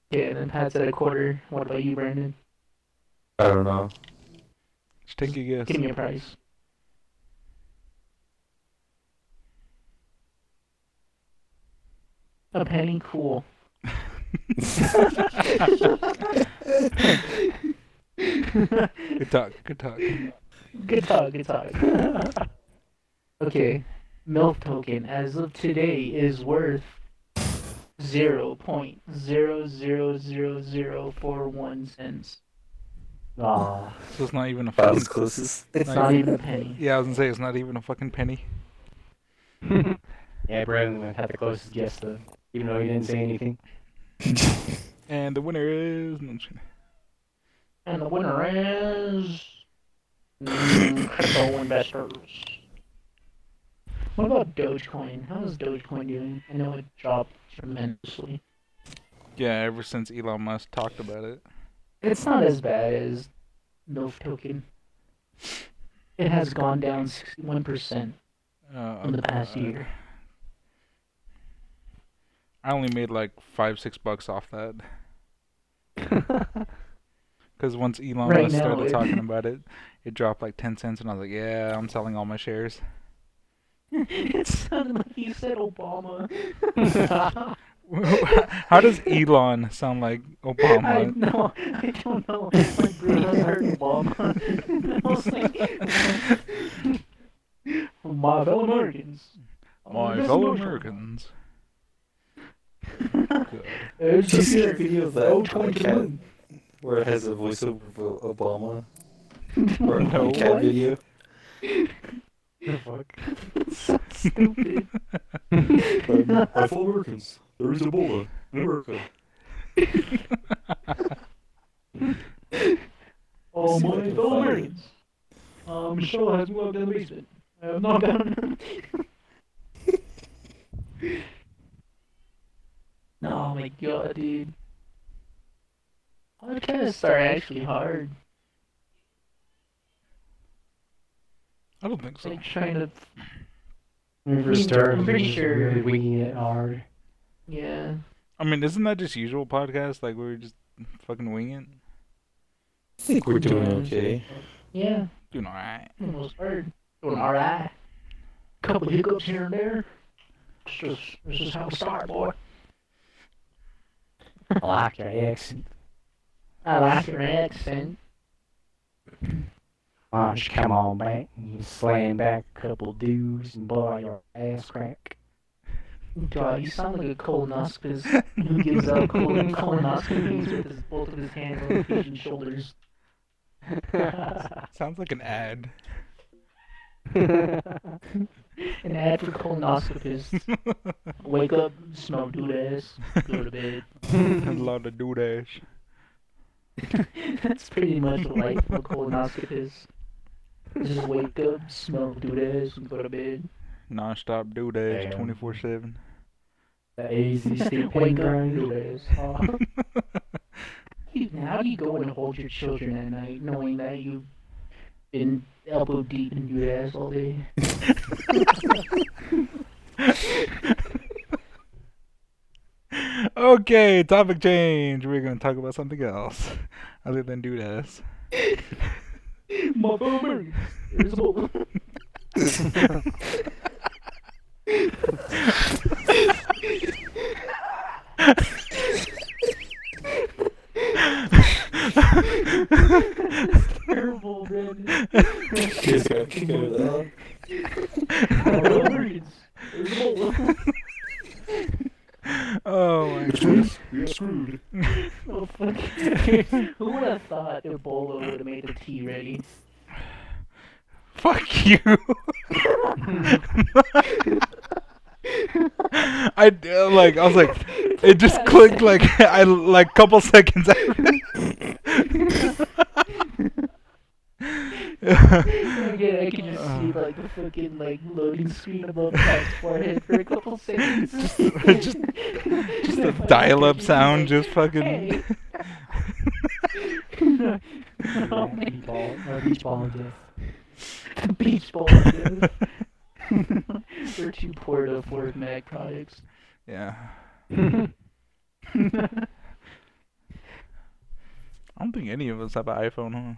B: Yeah, and then Pat's at a quarter. What about you, Brandon?
D: I don't know.
A: Just take a guess.
B: Give me a price. A penny? Cool. [laughs]
A: Good talk. Good talk.
B: Good talk, good talk. [laughs] okay. MILF token, as of today, is worth 0.000041 cents.
C: Aw.
A: So it's not even a
D: I
A: fucking.
D: was closest.
B: It's
A: Nice.
B: not even a penny.
A: Yeah, I was gonna say it's not even a fucking penny.
C: Yeah, Brandon had the closest guess, though. Even though he didn't say anything.
A: And the winner is. No, I'm just kidding.
B: And the winner is. mm, Crypto investors. What about Dogecoin? How is Dogecoin doing? I know it dropped tremendously.
A: yeah, ever since Elon Musk talked about it.
B: It's not as bad as MILF token. It has gone down 61%
A: Uh,
B: in the past
A: uh,
B: year. [laughs]
A: I only made like five, six bucks off
B: [laughs]
A: that. Because once Elon
B: Right
A: Musk
B: now,
A: started
B: it- [laughs]
A: talking about it, it dropped like 10 cents, and I was like, yeah, I'm selling all my shares. [laughs]
B: it sounded like you said [laughs] Obama.
A: How does Elon sound like
B: I
A: Obama?
B: know. I don't know. My brain [laughs] heard Obama. [laughs] I was like, my fellow Americans.
A: [laughs] My fellow
B: [laughs]
A: Americans. Good.
B: There's
D: [laughs] Did you see that
B: picture.
D: video of that
B: Oh, twenty
D: cat
B: one.
D: where it has a voiceover of Obama? [laughs] Or a
A: No.
D: cat [laughs] video?
C: The fuck?
B: So stupid.
D: My fellow Americans, there is Ebola in America.
B: Oh, my
D: See if I can
B: fellow
D: find it.
B: Americans. Um, Michelle has moved in the basement. I have not gone. [laughs] oh my god, dude. Podcasts are actually hard.
A: I don't think
B: It's
A: so.
B: like trying to.
C: Remember
B: I'm
C: Stern? was
B: pretty
C: just
B: sure-
C: Really winging it hard.
B: Yeah.
A: I mean, isn't that just usual podcast? Like, we are just fucking winging?
D: I think we're doing okay.
B: Yeah.
A: Doing alright.
B: It was hard. Doing alright. Couple hiccups here and there. It's just, it's just how we start, boy.
C: [laughs] I like your accent.
B: I like your accent.
C: Why don't you come on back and you slam back a couple dudes and blow out your ass crack?
B: God, you sound like a colonoscopist who gives out colon colonoscopies with his, both of his hands on his patient shoulders.
A: Sounds like an ad. [laughs]
B: An ad for colonoscopists. Wake up, smell dude ass, go to bed.
A: A lot of doodash.
B: That's pretty much the life of a colonoscopist. Just wake up, smell dude ass, and go to bed.
A: nonstop due days,
C: Damn.
A: twenty four seven.
C: The AZ state pen
B: Wake up and do
C: grind.
B: this. Oh. You- How do you go and hold your children at night knowing that you've been elbow deep in your ass all day?
A: okay, topic change. We're gonna talk about something else other than dude ass.
B: My boomer! There's a boomer.
A: [laughs]
B: Terrible, man.
D: Kids got a kick out of that.
B: My boomer is- There's a boomer.
A: oh my god.
D: You're screwed.
B: Oh, fuck. Who would have thought Ebola would have made the tea ready?
A: Fuck you. [laughs] I uh, like I was like it just clicked like I like couple seconds after.
B: Again, I can just see like the fucking like loading screen above Pat's forehead for a couple seconds.
A: Just- just- [laughs] just a dial-up sound just fucking
B: Hey. no,
C: Yeah, [laughs]
B: no,
C: beach ball, or beach ball and death.
B: the beach ball. dude. We're too poor to afford Mac products.
A: [laughs] yeah.
B: That's
A: I don't think any of us have an iPhone, huh?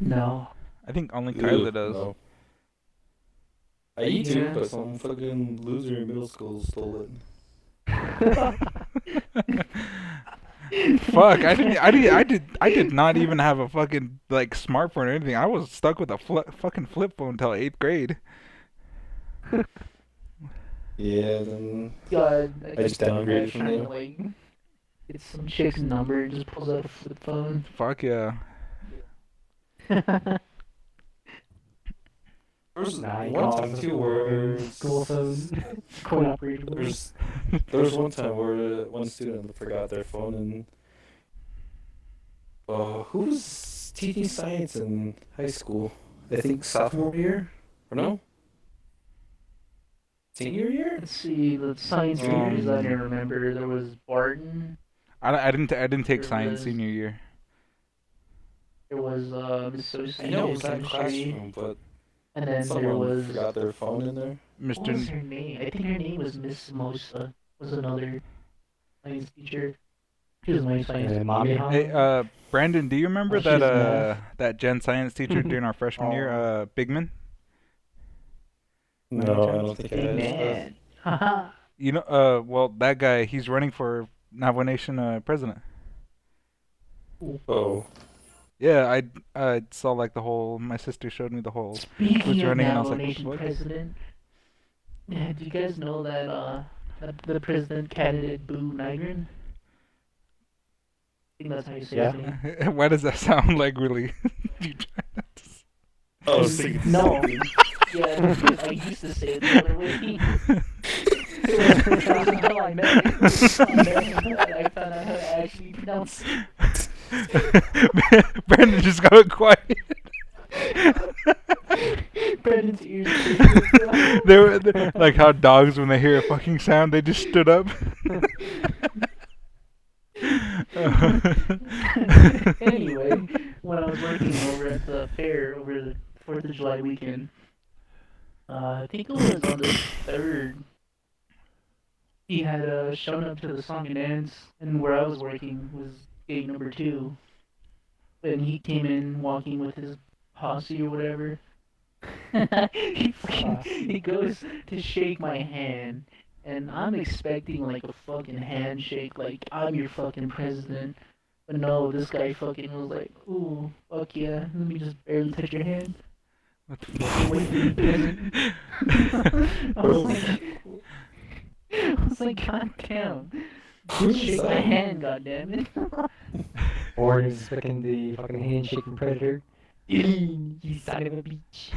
B: No.
A: I think only
D: Ew,
A: Kyla does.
D: no. I eat do,
B: Yeah.
D: but some fucking loser in middle school stole it.
A: Fuck! I didn't. I did. I did. I did not even have a fucking like smartphone or anything. I was stuck with a fl- fucking flip phone until eighth grade.
D: Yeah, then
B: God, I,
D: just downgraded from
B: trying
D: there.
B: to like get some chick's number and just pulls out a flip
D: [laughs]
B: phone.
A: Fuck yeah!
D: there's
C: Nah, you
D: one
C: call
D: time
C: it
D: too
C: school
D: where
C: phone, School phone. Coin operated.
D: there's there's one time where one student forgot their phone and uh, who was teaching science in high school? I think sophomore year or no? Senior year?
B: Let's see, the science
D: Um,
B: majors I didn't remember. There was Barton.
A: I, I didn't. I didn't take
B: Sure
A: science
B: was.
A: senior year.
B: There was uh, Miss
D: I know it was
B: Associated
D: that
B: Chemistry.
D: classroom, but
B: And then there
D: someone
B: was.
D: forgot their phone in there.
B: What was
A: Mr.
B: her name? I think her name was Miss Mosa. Was another science teacher. She was my science
C: Uh, mommy,
B: teacher.
C: huh?
A: Hey, uh, Brandon, do you remember
B: Oh,
A: that
B: she's
A: uh that gen science teacher
B: [laughs]
A: during our freshman year,
B: Oh.
A: uh, Bigman?
D: No, I don't think I
B: Big
D: did.
B: man. [laughs] Haha.
A: You know, uh, well, that guy, he's running for Navajo Nation uh, president.
D: Oh,
A: Yeah, I I saw like the whole. My sister showed me the whole. [laughs]
B: Speaking
A: your
B: of
A: name? And I was
B: Navajo
A: like,
B: Nation
A: "What?"
B: president, yeah, do you guys know that uh, that the president candidate Boo Nigrin? I think that's how you say his
C: Yeah.
B: name.
A: Why does that sound like really? you try not to s-
D: I was thinking
B: No.
D: something.
B: Yeah, I used to say
A: [laughs]
B: it the other way. [laughs] Until I met him. I found out how to actually pronounce it.
A: Brandon just got quiet. [laughs]
B: Brendan's
A: [laughs]
B: ears.
A: they were they-
C: [laughs]
A: like how dogs when they hear a fucking sound, they just stood up. [laughs]
B: [laughs] anyway, when I was working over at the fair over the Fourth of July weekend, uh, I think it was on the third. He had uh, shown up to the song and dance, and where I was working was gate number two. And he came in walking with his posse or whatever. [laughs] he, fucking,
C: Posse.
B: he goes to shake my hand, and I'm expecting like a fucking handshake, like I'm your fucking president. But no, this guy fucking was like, ooh, fuck yeah, let me just barely touch your hand. [laughs]
A: What the
B: Wait for you, peasant. [laughs] I was like, I was like, god damn.
D: Who's
B: Shake my
D: that?
B: hand, god damn it.
C: Or is fucking the fucking handshaking predator.
B: [laughs] you son of a bitch.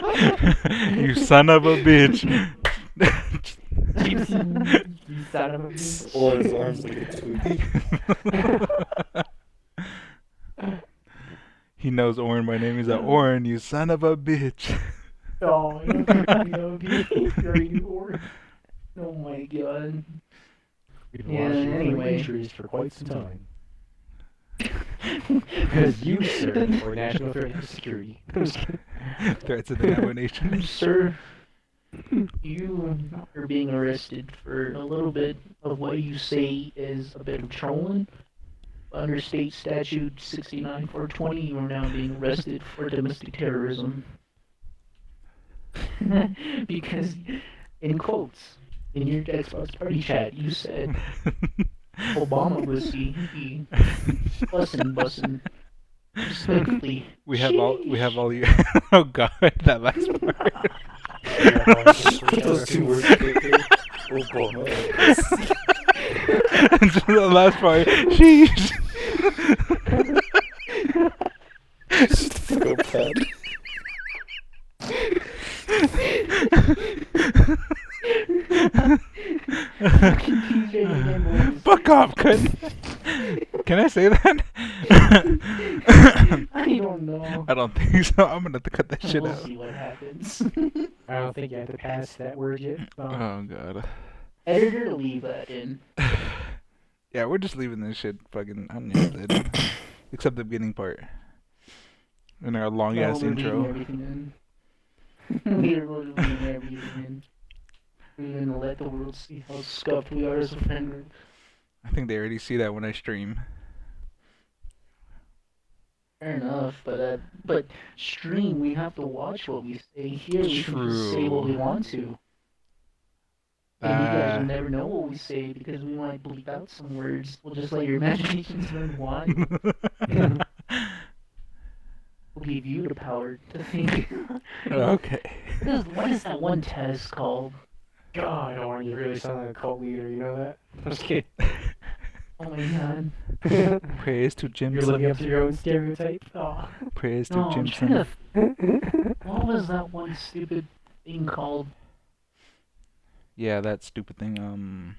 A: fuck? [laughs] you son [laughs] of a bitch.
B: [laughs] You son of a [laughs] bitch.
D: Or his arms like
B: [laughs]
D: a twig.
A: he knows Orin by name. He's like, Orin, you son of a bitch. [laughs]
B: Oh, that would be very boring. Oh my god.
C: We've
B: Yeah,
C: watched you
B: anyway.
C: anyway. trees for quite some time. Because you, sir,
B: [laughs]
C: were national threat to security. I'm just kidding.
A: Threats of the Navajo Nation. [laughs]
B: Sir, you are being arrested for a little bit of what you say is a bit of trolling. Under state statute 69420, you are now being arrested for domestic terrorism. [laughs] because, in quotes, in your Xbox party chat,
A: [laughs]
B: you said Obama was he, he bussin' bussin' respectfully.
A: [laughs] we have all. We have
B: Sheesh.
A: all you. [laughs] oh God, that last part. [laughs]
D: Those two words. right there. Obama.
A: Just the last part. [laughs] Sheesh.
D: Psychopath.
A: [laughs] Fuck off, Cut. Can I say that?
B: I don't know.
A: [laughs] I don't think so. I'm gonna have to cut that shit
B: we'll
A: out.
B: see what happens. [laughs]
C: I don't think you have to pass that word yet. Um,
A: Oh god.
B: Editor, leave that in.
A: Yeah, we're just leaving this shit fucking unedited, [coughs] except the beginning part and our long
B: No,
A: ass
B: we're leaving
A: intro.
B: everything in. We're leaving everything in. We're gonna let the world see how scuffed we are as a friend group.
A: I think they already see that when I
B: [laughs]
A: stream. [laughs]
B: Fair enough, but uh, but stream we have to watch what we say here. We can just say what we
A: True.
B: want to, and you guys
A: Uh.
B: will never know what we say because we might bleep out some words. We'll just let your imaginations run wild. We'll give you the power to think. [laughs]
A: okay.
B: This- what is that one test called?
C: God, Owen, you really sound like a cult leader. You know that? [laughs] I'm just kidding.
B: Oh my god.
C: You're
A: Praise to Jim.
C: living up to your own
D: [laughs]
C: stereotype. Oh.
A: Praise to
B: No, I'm
A: Jim.
B: trying to What was that one stupid thing called?
A: Yeah, that stupid thing. Um.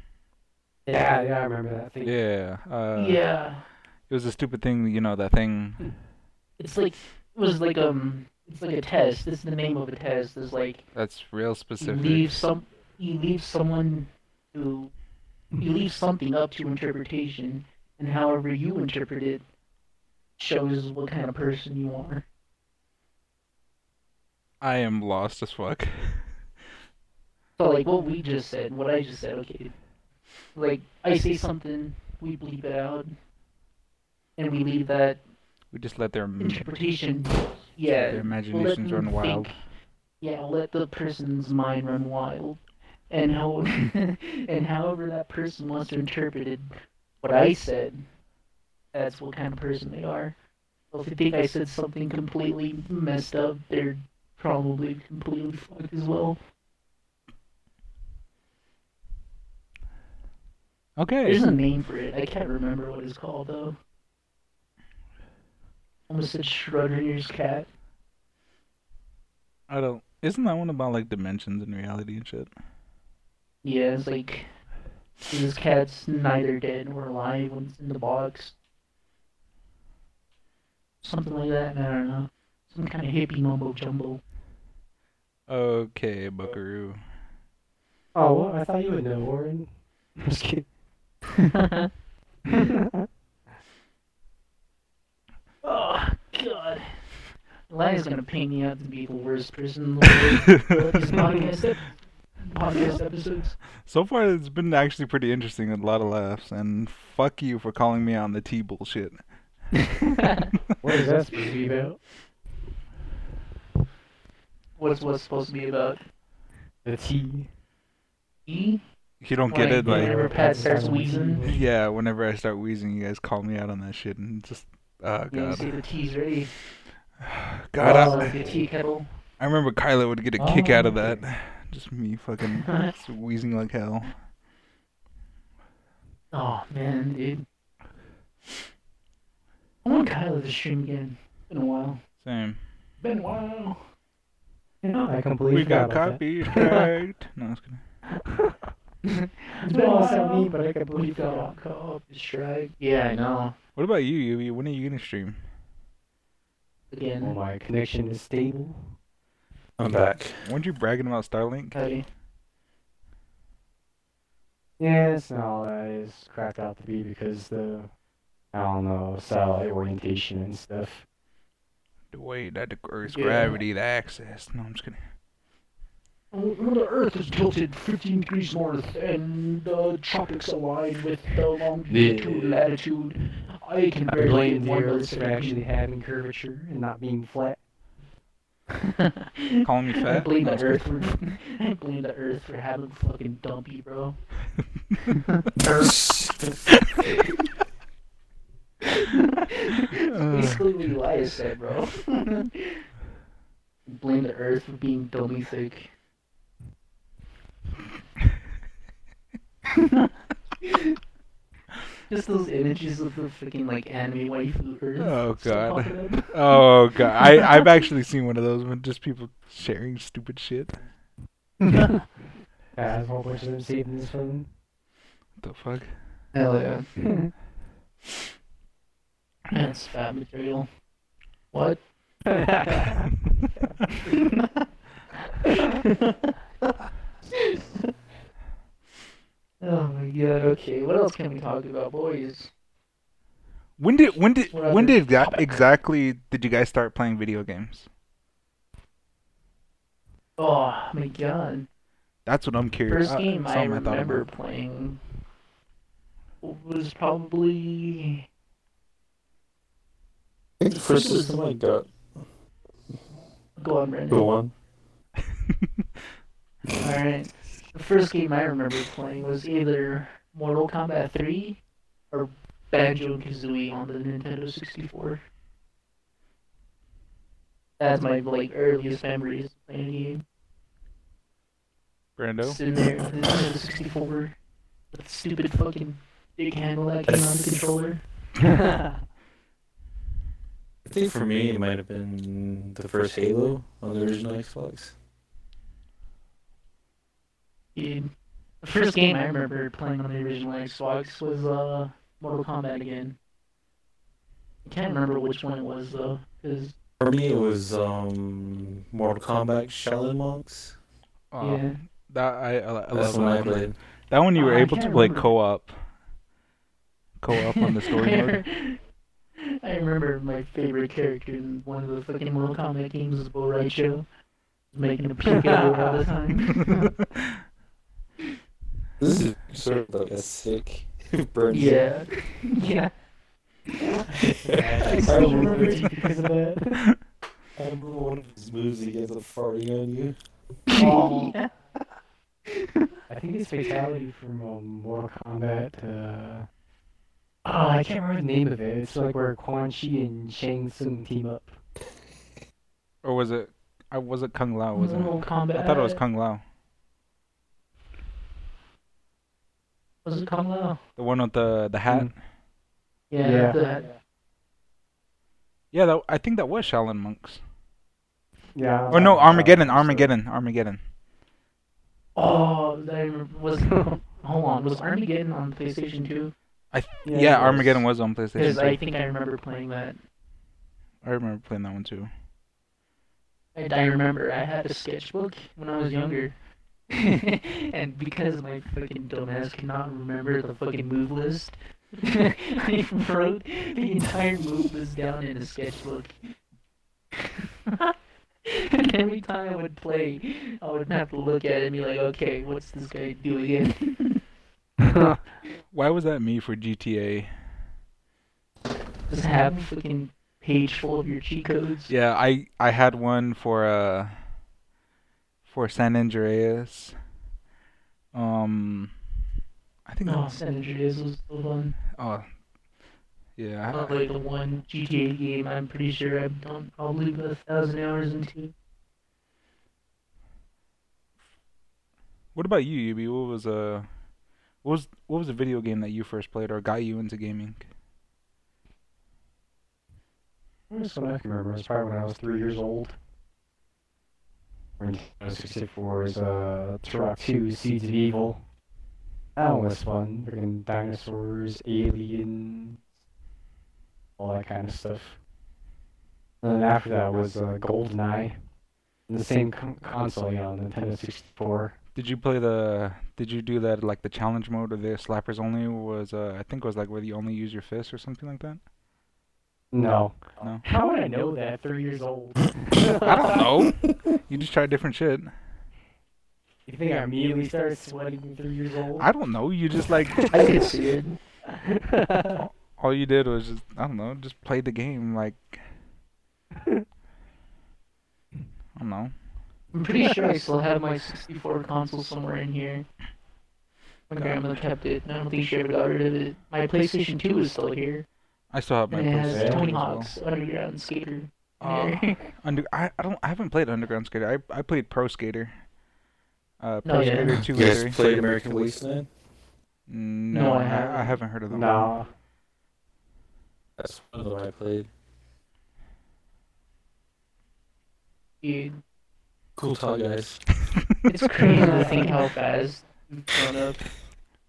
C: Yeah, yeah, I remember that thing.
A: Yeah. Uh,
B: yeah,
A: It was a stupid thing. You know that thing.
B: it's like it was like um, it's like a test. It's the name of a test. It's like
A: That's real
B: you
A: specific.
B: leave some, you leave someone to, you leave something up to interpretation, and however you interpret it shows what kind of person you are.
A: I am lost as fuck.
B: So like what we just said, what I just said, okay. Like I say something, we bleep it out, and we leave that
A: We just let their m-
B: interpretation. Yeah.
A: their
B: We'll let
A: Hmm. imaginations
B: them
A: run wild.
B: think- yeah, we'll let the person's mind run wild, and how [laughs] and however that person wants to interpret it, what I said, that's what kind of person they are. So if they think I said something completely messed up, they're probably completely fucked as well.
A: Okay.
B: There's
A: Hmm.
B: a name for it. I can't remember what it's called though. Almost said Schrodinger's cat.
A: I don't. Isn't that one about like dimensions and reality and shit?
B: Yeah, it's like this cat's neither dead nor alive when it's in the box. Something like that, I don't know. Some kind of hippie mumbo jumbo.
A: Okay, Buckaroo.
C: Oh, well, I thought you would know, Warren. [laughs] I'm just
D: [laughs]
C: kidding.
B: oh Oh, god. Elias gonna paint me out to be the worst person in the world for these podcast, ep- podcast episodes.
A: so far, it's been actually pretty interesting. A lot of laughs, and fuck you for calling me on the T bullshit.
C: What is that supposed to be about?
B: What's what's supposed to be about?
C: The tea.
B: E?
A: You don't get it,
B: Like,
A: like
B: whenever Pat starts wheezing.
A: yeah. Whenever I start wheezing, you guys call me out on that shit, and it's just oh
B: Yeah, you
A: god,
B: see the tea's ready.
A: God,
B: Oh,
A: I,
B: like a tea kettle.
A: I remember Kyla would get a kick out of
C: Oh,
A: that.
C: okay.
A: [sighs] Just me
B: [laughs]
A: fucking just wheezing like hell.
B: Oh man, dude. I want Kyla to stream again. Been a while.
A: Same.
B: Been a while.
C: No, I completely
A: We got
C: forgot about
A: copyright. [laughs] no, I was kidding.
C: That. It's been a while since I mean, but I completely
B: We've got
C: forgot.
B: all caught up. It's right. Yeah, I know.
A: What about you, Yubi? When are you gonna stream?
C: Well,
B: Again.
C: my connection is stable.
D: I'm back.
A: Weren't you bragging about Starlink?
B: Cody.
C: Yeah, it's not all that it's cracked out to be because the I don't know satellite orientation and stuff.
A: The weight that the Earth's
B: Yeah.
A: gravity, the access. No, I'm just kidding.
B: The Earth is tilted 15 degrees north, and the tropics align with the longitude
C: Yeah.
B: latitude. I can
C: I
B: barely
C: blame
B: in
C: the
B: one
C: Earth for
B: listener.
C: actually having curvature and not being flat.
B: [laughs]
A: Calling me
B: I
A: fat?
B: blame
A: No,
B: the
A: it's
B: Earth for [laughs] I blame the Earth for having fucking
A: [laughs]
B: dumpy, bro.
A: Uh.
B: Basically, what Elias said, bro. blame the Earth for being
A: [laughs]
B: dummy thick. Just those images of the freaking like anime waifu Earth.
A: Oh,
B: still
A: God.
B: popping up.
A: Oh god, I I've actually seen one of those when just people sharing stupid shit.
C: I have a whole bunch of them saved in this
A: [laughs]
C: phone.
A: the fuck? [laughs]
B: Hell yeah. That's fat material. What? oh my god, okay. What else can we talk about, boys?
A: When did when did
B: What
A: when
B: other
A: did that
B: topic?
A: exactly did you guys start playing video games?
B: Oh my god.
A: That's what I'm curious.
B: First
A: uh,
B: game I,
A: something thought
B: remember
A: about.
B: playing was probably.
D: I think the first system I got.
B: Go on, Brandon.
D: Go on.
B: Alright. The first game I remember playing was either Mortal Kombat 3 or Banjo Kazooie on the Nintendo 64. That's my like earliest memories of playing a game.
A: Brando.
B: Sitting there on the Nintendo 64 with the stupid fucking big handle that came on the controller.
A: [laughs]
D: I think for me, it might have been the first Halo on the original Xbox.
B: Dude, the first game I remember playing on the original Xbox was uh Mortal Kombat again. I can't remember which one it was though, because
D: For me, it was um, Mortal Kombat Shaolin Monks.
A: Oh,
B: yeah.
A: That I, I, I love
D: That's when I
A: that one.
D: played.
A: That one you
B: Oh,
A: were
B: I
A: able to
B: can't
A: play
B: remember.
A: co-op. Co-op on the story
B: I
A: mode.
B: re- [laughs] I remember my favorite character in one of the fucking Mortal Kombat games was Bo Raicho. Making a puke out all
A: [laughs]
B: the time. [laughs]
D: This is sort of like a sick [laughs] burn.
B: yeah. Yeah.
D: [laughs] I
B: still remember [laughs]
D: remember,
B: it.
C: because of that.
D: I remember one of his moves he gets up farting on you.
C: Oh.
B: yeah.
C: [laughs] I think it's fatality from um, Mortal Kombat. Uh, oh, I can't remember the name of it. It's like where Quan Chi and Shang Tsung team up.
A: Oh, or was it? I was it Kung Lao? Was not
B: Mortal
A: it?
B: Kombat.
A: I thought it was Kung Lao.
B: Was it Kung Lao?
A: The one with the the hat.
B: Yeah.
C: Yeah.
B: The,
A: Yeah, that, I think that was Shaolin monks.
C: Yeah.
A: Or no, Armageddon, Armageddon, Armageddon.
B: oh, I remember, was [laughs] hold on. Was Armageddon on PlayStation 2?
A: Yeah, Armageddon was on PlayStation.
B: Because I think I remember playing that.
A: I remember playing that one too.
B: I, I remember I had a sketchbook when I was younger. [laughs] and because my fucking dumbass cannot remember the fucking move list, [laughs] I wrote the entire move list down in a sketchbook. [laughs] and every time I would play, I would have to look at it and be like, okay, what's this guy doing?
A: Why was that me for GTA?
B: Just have a fucking page full of your cheat codes.
A: Yeah, I I had one for uh for San Andreas. Um, I think. that
B: Oh,
A: was-
B: San Andreas was so fun.
A: Oh, yeah. I-
B: Not like the one GTA game I'm pretty sure I've done probably about a thousand hours into.
A: What about you, Yubi? What was uh, what was what was a video game that you first played or got you into gaming?
C: First one I can remember was probably when I was three years old. When I was 64 is uh, Turok 2 Seeds of Evil. That one was fun. Freaking dinosaurs, aliens, all that kind of stuff. And then after that was uh, GoldenEye. in the same con- console, you know, Nintendo 64.
A: Did you play the? Did you do that like the challenge mode or the slappers only was? Uh, I think it was like where you only use your fist or something like that.
C: No.
A: No.
C: How would I know that? Three years
A: [laughs]
C: old. [laughs]
A: I don't know. you just try different shit.
C: You think I immediately started sweating at three years old?
A: I don't know. You just like
B: I can see it.
A: all you did was just I don't know, just play the game like. I don't know.
B: I'm pretty sure I still have my 64 console somewhere in here. My grandmother kept it, and I don't think she ever got rid of it. My PlayStation 2 is still here,
A: I still have my
B: and it
A: PlayStation
B: has Tony
A: as well.
B: Hawk's Underground Skater. in
A: Uh,
B: there.
A: under I, I don't I haven't played Underground Skater. I I played Pro Skater. Uh, Pro
B: No, yeah.
A: Skater two
D: You
A: or
D: guys
A: three. Mm,
D: played American Wasteland?
A: No,
B: No, I
A: I,
B: haven't.
A: I haven't heard of them.
C: no.
D: That's one of them I played.
B: [laughs] Dude,
D: Cool talk, guys.
B: it's crazy to think how fast we've grown up.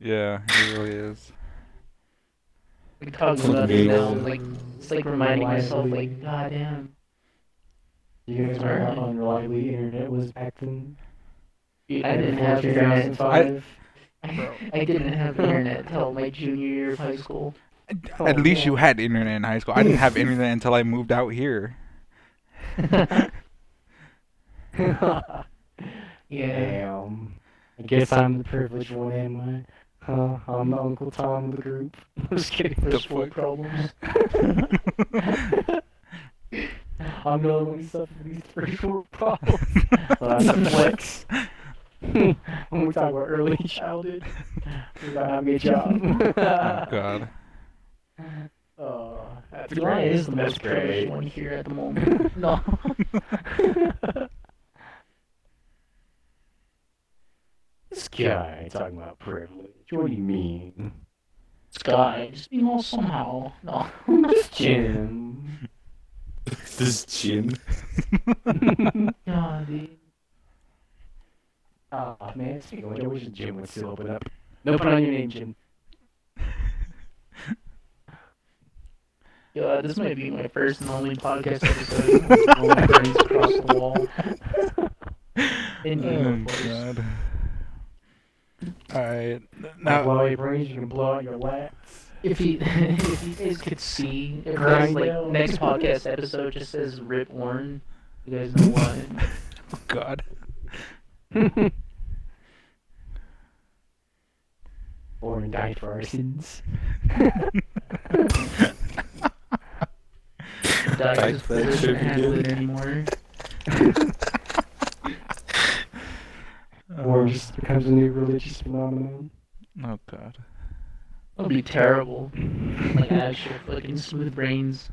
A: Yeah, it really is.
B: Like, talking about it now, I'm like, it's like reminding myself, like, god damn.
C: You guys remember how unreliable the internet was back then?
B: Dude, I didn't have internet. I, [laughs] I didn't have internet till my junior year of high school. Oh,
A: At- At least you had internet in high school. I didn't
B: [laughs]
A: have internet until I moved out here.
B: Yeah.
C: Damn. I guess I'm the privileged one, am I? Huh? I'm the Uncle Tom of the group. [laughs] I'm just kidding.
B: First world
A: fuck?
B: problems.
A: Oh,
C: I'm the only one who suffered these three, [laughs] four problems. well,
B: [laughs]
C: that's a flex. [laughs] when we talk about early childhood, we got how to get a
A: Oh,
B: [laughs]
C: job. [laughs]
A: God.
C: oh, that's
B: July
C: great.
B: is the
C: That's
B: most privileged one here at
A: [laughs]
B: the moment. no.
C: This guy talking about privilege. What do you mean?
B: Sky, just be all somehow. No.
A: [laughs]
C: This Jim.
D: [laughs] this gin.
B: God, dude.
C: Oh man, speaking of which, I wish the gym would still open up. No put on your name, Jim.
B: God, this might be my first and only podcast episode.
A: [laughs]
B: Only friends across the wall. In game,
A: Oh,
B: of course.
A: God. All right.
C: Now,
A: Now,
C: blow out your brains, you can blow out your lats.
B: If he, [laughs] if you guys could see, if guys, like
C: Grind.
B: next podcast episode just says Rip Warren, you guys know
D: [laughs]
B: why.
A: oh, God.
C: Born and died for our sins.
B: Doc
D: I-
B: just
D: that
B: doesn't
D: should be
B: handle
D: good.
B: it anymore.
C: Or just becomes a new religious phenomenon.
A: Oh, God.
B: It'll be terrible. Like actual fucking smooth brains.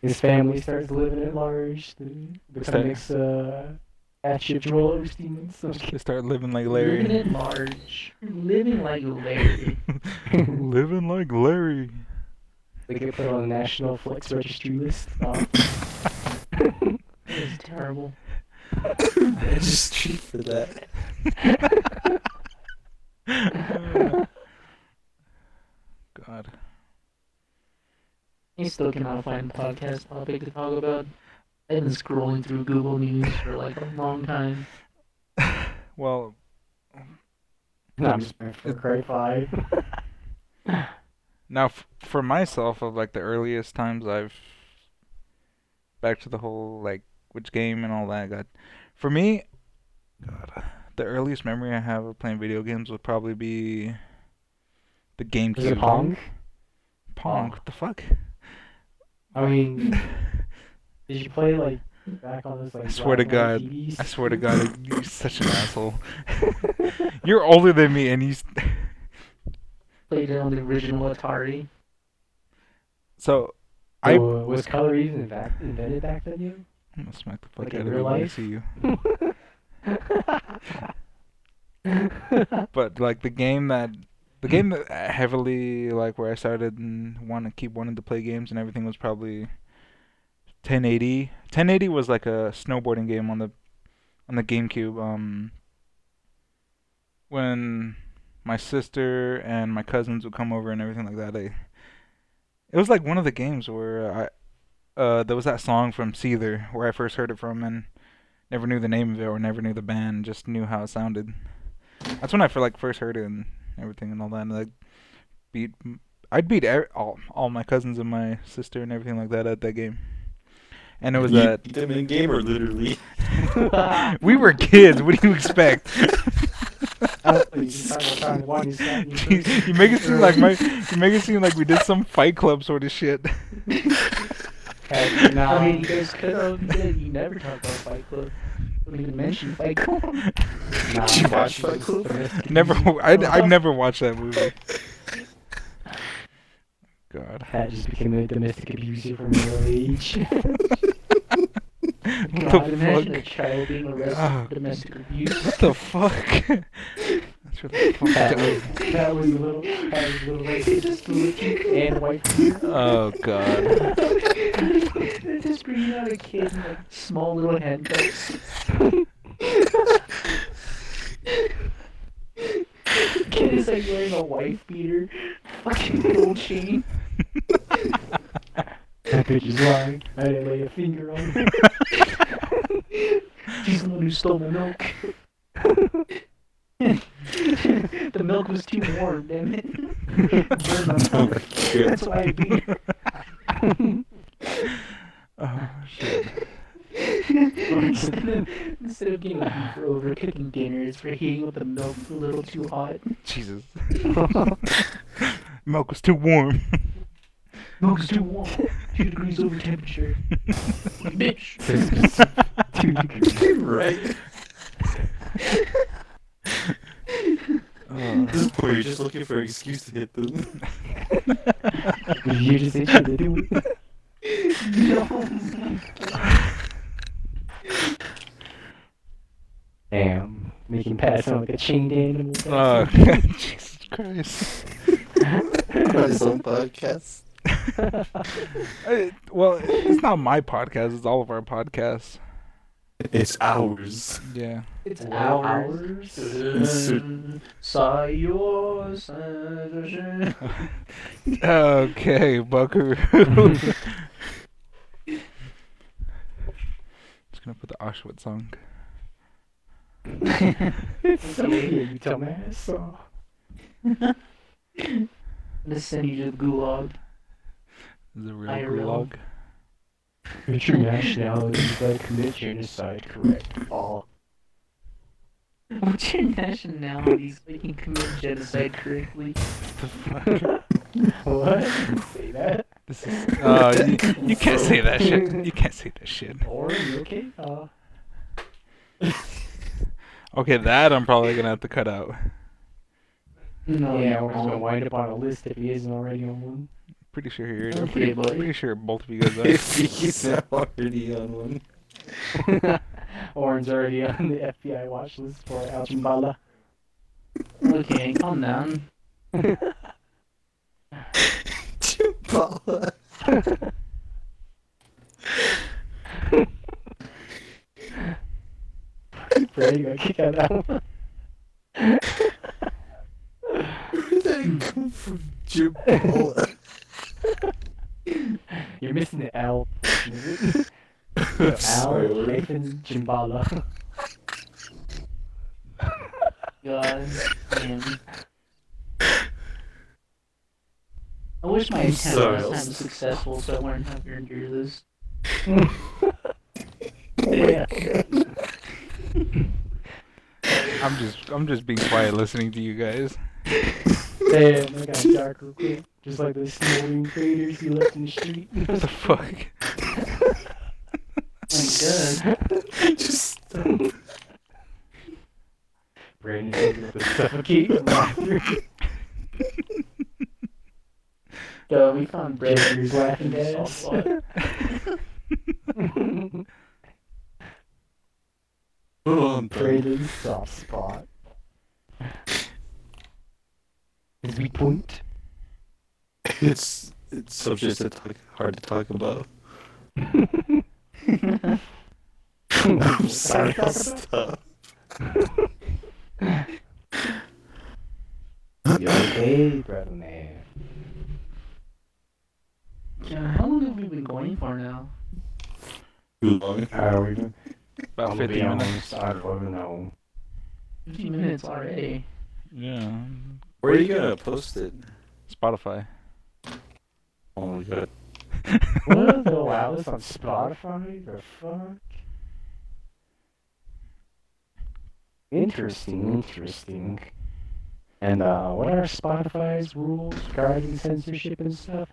C: His family starts living at large. then Becomes uh, Aship Joel Osteen. and some
A: [laughs]
C: shit.
A: They start living like
B: Living
C: [laughs]
A: Larry.
B: at large. Living like Larry.
A: living like Larry.
C: They get put on the National Flex Registry list. Uh,
B: It's terrible.
D: Registry for [laughs] that.
A: [laughs] God.
B: I still cannot find a podcast topic to talk about. I've been scrolling through Google News for like a long time.
A: Well,
C: no, I'm just for grade five.
A: Now, f- for myself, of like the earliest times I've back to the whole like which game and all that. God, for me, God, the earliest memory I have of playing video games would probably be the GameCube.
C: Is it Pong?
A: Pong. What the fuck?
C: I mean, did you play like back on this like?
A: I swear to
C: black and white
A: God,
C: TVs?
A: I swear to
C: [laughs]
A: God, you're such an asshole. [laughs] you're older than me, and you. St-
B: Played it on the original Atari.
A: [laughs] so I-
C: I was color even in fact invented back then.
A: [laughs]
C: You. [laughs]
A: I'm gonna smack the fuck
C: Like in
A: out of
C: real
A: you when I
C: life?
A: see you. but like the game that
C: Hmm.
A: the game that heavily like where I started and want to keep wanting to play games and everything was probably 1080. 1080 was like a snowboarding game on the on the GameCube. Um, when my sister and my cousins would come over and everything like that, I it was like one of the games where I uh, there was that song from Seether where I first heard it from and never knew the name of it or never knew the band, just knew how it sounded. That's when I feel like first heard it and everything and all that. And like beat, I'd beat e- all all my cousins and my sister and everything like that at that game. And it was
D: you
A: that
D: beat them in game or [laughs] literally?
A: we were kids. What do you expect? you, [laughs] you make it seem like my, you make it seem like we did some Fight Club sort of shit. [laughs]
C: Heck, nah.
B: I mean, you guys could have. You, did. you never talked about Fight Club. Don't even mention Fight Club.
C: Nah,
D: Did you watch
C: that's
D: Fight Club?
C: just-
A: Never, I I never watched that movie. God,
C: Pat just became a domestic abuser from an early age.
A: what
B: God, imagine
A: the
B: a child being arrested
A: Ah.
B: for domestic
A: [laughs]
B: abuse. [laughs]
A: fuck? What the fuck? That's really
C: Pat
A: fucked up.
C: was, Pat was a little, Pat was a little racist, looking and white. [laughs]
A: Oh god. [laughs]
B: They're just bringing out a kid in like small little handcuffs. kid is like wearing a wife beater, fucking gold chain.
C: That bitch is lying. I didn't lay a finger on her.
B: She's the one who stole my milk. [laughs] the milk was too warm, damn it. Burned my mouth.
D: Oh [laughs] my
B: That's
D: god.
B: why I beat her.
A: [laughs] Oh shit.
B: instead, of, instead of getting beat for overcooking dinner, it's for heating up the milk a little too hot.
A: Jesus. Milk was too warm. [laughs]
B: Milk's too warm. Two degrees over temperature. Bitch.
C: Two degrees.
D: [laughs] right? At this point, you're just looking for an excuse to hit them. [laughs]
C: You just said shit to do it. Damn. Making Pat sound like a chained animal.
A: Oh, Jesus Christ.
D: On his
A: [laughs]
D: own podcast.
A: I, well, it's not my podcast. It's all of our podcasts.
D: It's ours.
A: Yeah.
B: It's
C: Wow.
B: Um, sigh your sadness.
A: Okay, Buckaroo. Just gonna put the Auschwitz song.
C: It's so weird, you dumbass. Oh.
B: Let's send you to the gulag.
A: Is it real
B: IRL.
A: gulag?
C: Your true nationality is like commit genocide, correct? All.
B: What's your nationality so you can commit genocide correctly?
C: What? Say that?
A: This is. Uh, you, you can't say that shit. You can't say that shit.
C: Or you okay? Uh,
A: Okay, that I'm probably gonna have to cut out.
B: No,
C: yeah, we're just gonna wind up on a list if he isn't already on one.
A: Pretty sure you're.
B: Okay,
A: pretty,
B: buddy.
A: pretty sure both of you guys
D: [laughs]
A: are.
D: [laughs] If he's not already on one.
C: Orange already on the FBI watch list for Aljimbala.
B: Okay, calm down.
D: [laughs] Chimpala.
C: Brady got [laughs] kicked out of that one.
D: Where did that come from? [laughs] Chimpala.
C: You're missing the [laughs] L. portion of it.
D: I'm
C: Al,
D: sorry, Lord.
C: Nathan, [laughs] Jimbala.
B: God damn. I wish my attempt last time
D: sorry, I'll
B: was
D: s-
B: successful so I wouldn't have to endure this.
C: yeah.
A: I'm just. I'm just being quiet, listening to you guys.
C: Damn, that got dark real quick. Just like those smoldering craters you left in the street. [laughs]
A: What the fuck?
B: Oh my god.
D: Just
C: Brandon suffocate [laughs] from laughter.
B: Yo, we found bread in
C: Brandon's
B: his
C: laughing
B: laughing
C: gas.
B: ass.
D: Oh, I'm done.
C: Brandon's soft spot. His weak point.
D: [laughs] It's it's subjects that talk, hard to talk [laughs] about. I'm sorry, I'll stop.
C: You okay, brother man?
B: Yeah, how long have long have we been going for now?
D: Too long.
C: Uh, we've been
A: About 50
C: I'll be
A: minutes.
C: honest, I don't know.
B: 15 minutes already.
A: Yeah.
D: Where are you gonna post it?
A: Spotify.
D: Oh my god. [laughs]
C: What the allow this on Spotify? The fuck? Interesting, interesting. And uh, what are Spotify's rules regarding censorship and stuff?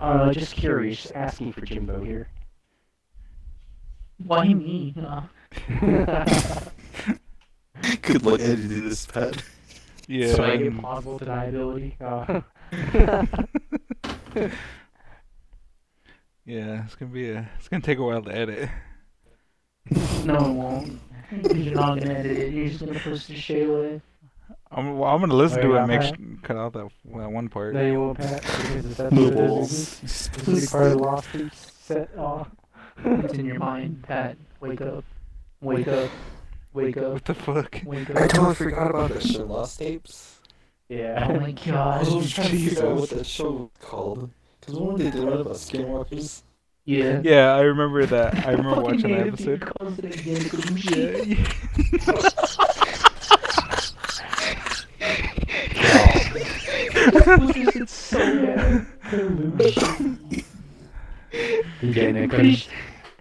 C: Uh, just curious, just asking for Jimbo here. [laughs]
B: Why me? Uh,
D: Good luck editing this, Pat.
A: Yeah.
C: so I get
A: um,
C: plausible deniability. Uh,
A: yeah, it's gonna be a. It's gonna take a while to edit.
B: no, it won't. You're not gonna edit it. You're just gonna post your shit away.
A: I'm. Well, I'm gonna listen to it.
C: yeah,
A: and Make
C: Pat.
A: sure, cut out that well, one part.
C: no, you won't, Pat, because this
D: No
C: episode is
D: balls.
C: this is part of the Lost Tapes set off.
B: It's in your mind, Pat. Wake up. Wake up. Wake up.
A: What the fuck?
B: Wake
D: Oh, I
B: up.
D: totally forgot about that show, Lost Tapes.
B: Oh
C: Yeah.
B: my god.
D: I was trying to figure out what
A: Jesus.
D: that show was called. Cause when they did one about skinwalkers,
B: Yeah.
A: Yeah, I remember that.
B: [laughs]
A: I remember
B: Fucking
A: watching that
B: native dude [laughs]
A: episode.
B: calls it again.
A: [laughs] Yeah, yeah.
B: It's so bad.
C: Gene I
B: Pretty- pretty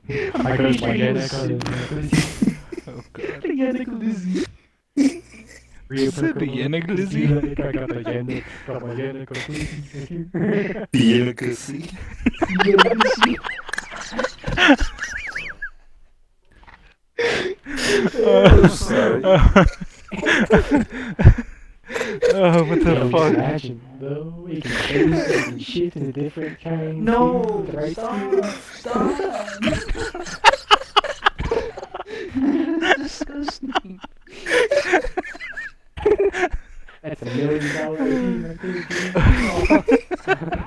C: couldn't
B: sure
C: find
B: you
C: it.
B: was
A: Oh god.
B: [laughs] Yannick Lizzie.
A: You said the Yannick Lizzie?
C: I got the Yannick. Got my Yannick Lizzie.
D: the intricacy.
A: [laughs] Uh,
D: sorry.
A: oh, what the
C: Can you
A: fuck?
C: Imagine though, it can change it can shift in different kind.
B: No,
C: right?
B: stop, stop. That's disgusting.
A: [laughs]
C: That's a million dollar idea right there,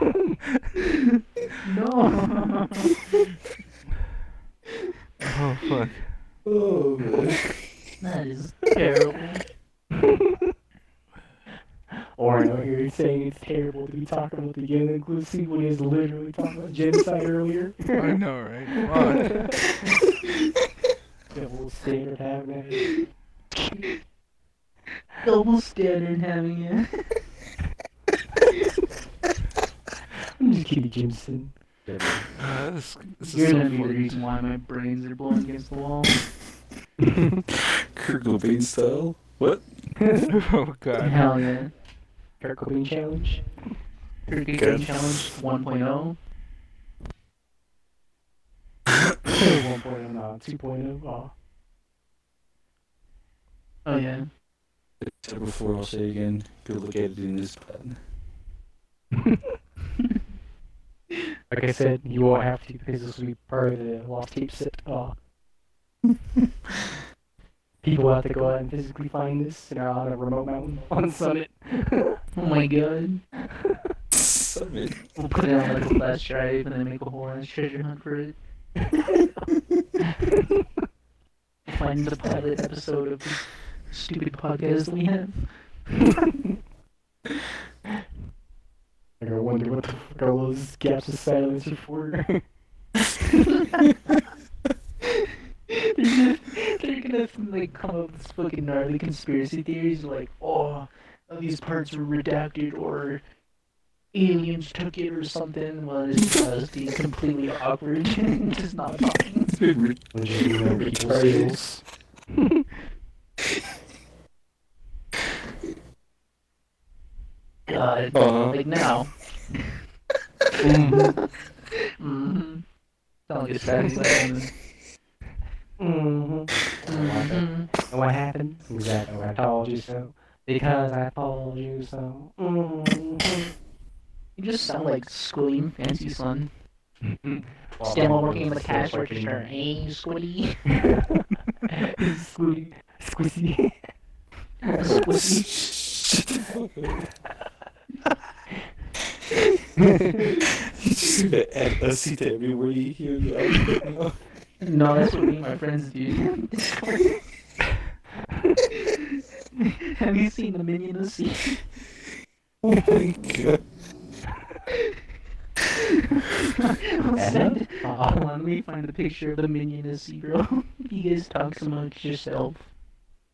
A: Oh,
B: No.
A: Oh fuck.
D: Oh man.
B: That is terrible.
C: dude. [laughs] Or I know you're saying it's terrible to be talking about the Yannick Lizzie when he's literally talking about genocide earlier.
A: [laughs] I know, right? Fuck.
C: [laughs] That whole standard having
B: Double standard having it.
C: I'm just kidding, Jimson.
A: Uh, this, this
B: [laughs] You're
A: is so
B: gonna be the
A: funny.
B: reason why my brains are blowing against the
A: [laughs]
B: wall.
D: Kurt Cobain style. What?
A: Oh god.
B: Hell yeah.
C: Kurt Cobain challenge.
B: Turkey
D: Good.
B: Challenge oh. 1.0.
C: 1.0, no, 2.0. Oh.
B: Oh yeah.
D: Said it before, I'll say it again. Good luck editing this, Pat.
C: Like I said, you won't have to because this will be part of the lost tape set.
A: [laughs]
C: Oh. People have to go out and physically find this and are on a remote mountain on summit. [laughs]
B: Oh my god.
D: Summit.
B: We'll put it on like a flash drive and then make a whole ass treasure hunt for
A: [laughs]
B: it. Find the pilot episode of this stupid podcast that we have.
C: They're gonna wonder what the fuck all those gaps of silence are
B: [laughs]
C: for. [laughs]
B: They're gonna, they're gonna like come up with fucking gnarly conspiracy theories like, oh, these parts were redacted or aliens took it or something. Well, it's just he's completely awkward [laughs] and just not talking.
C: When you do know people's deals.
B: God,
D: Uh-huh.
B: like now. Mm-hmm. Sound like a
C: Mhm.
B: Mm-hmm.
C: And what happened? Exactly what I told you so. Because I told you so. Mhm.
B: You just sound like Squilly Fancy Son. Still working the cash register,
C: [laughs]
B: eh, [laughs] Squilly?
C: Squeaky. Squeezy. [laughs]
B: Squilly.
D: He's just gonna add us to everywhere you hear you.
B: No, that's what me and my friends do. Have you seen the [laughs] Minion of the Sea?
D: Oh my god.
B: Send- Hold on, let me find the picture of the minion as Seagirl. [laughs] you guys talk amongst yourself.
D: [laughs]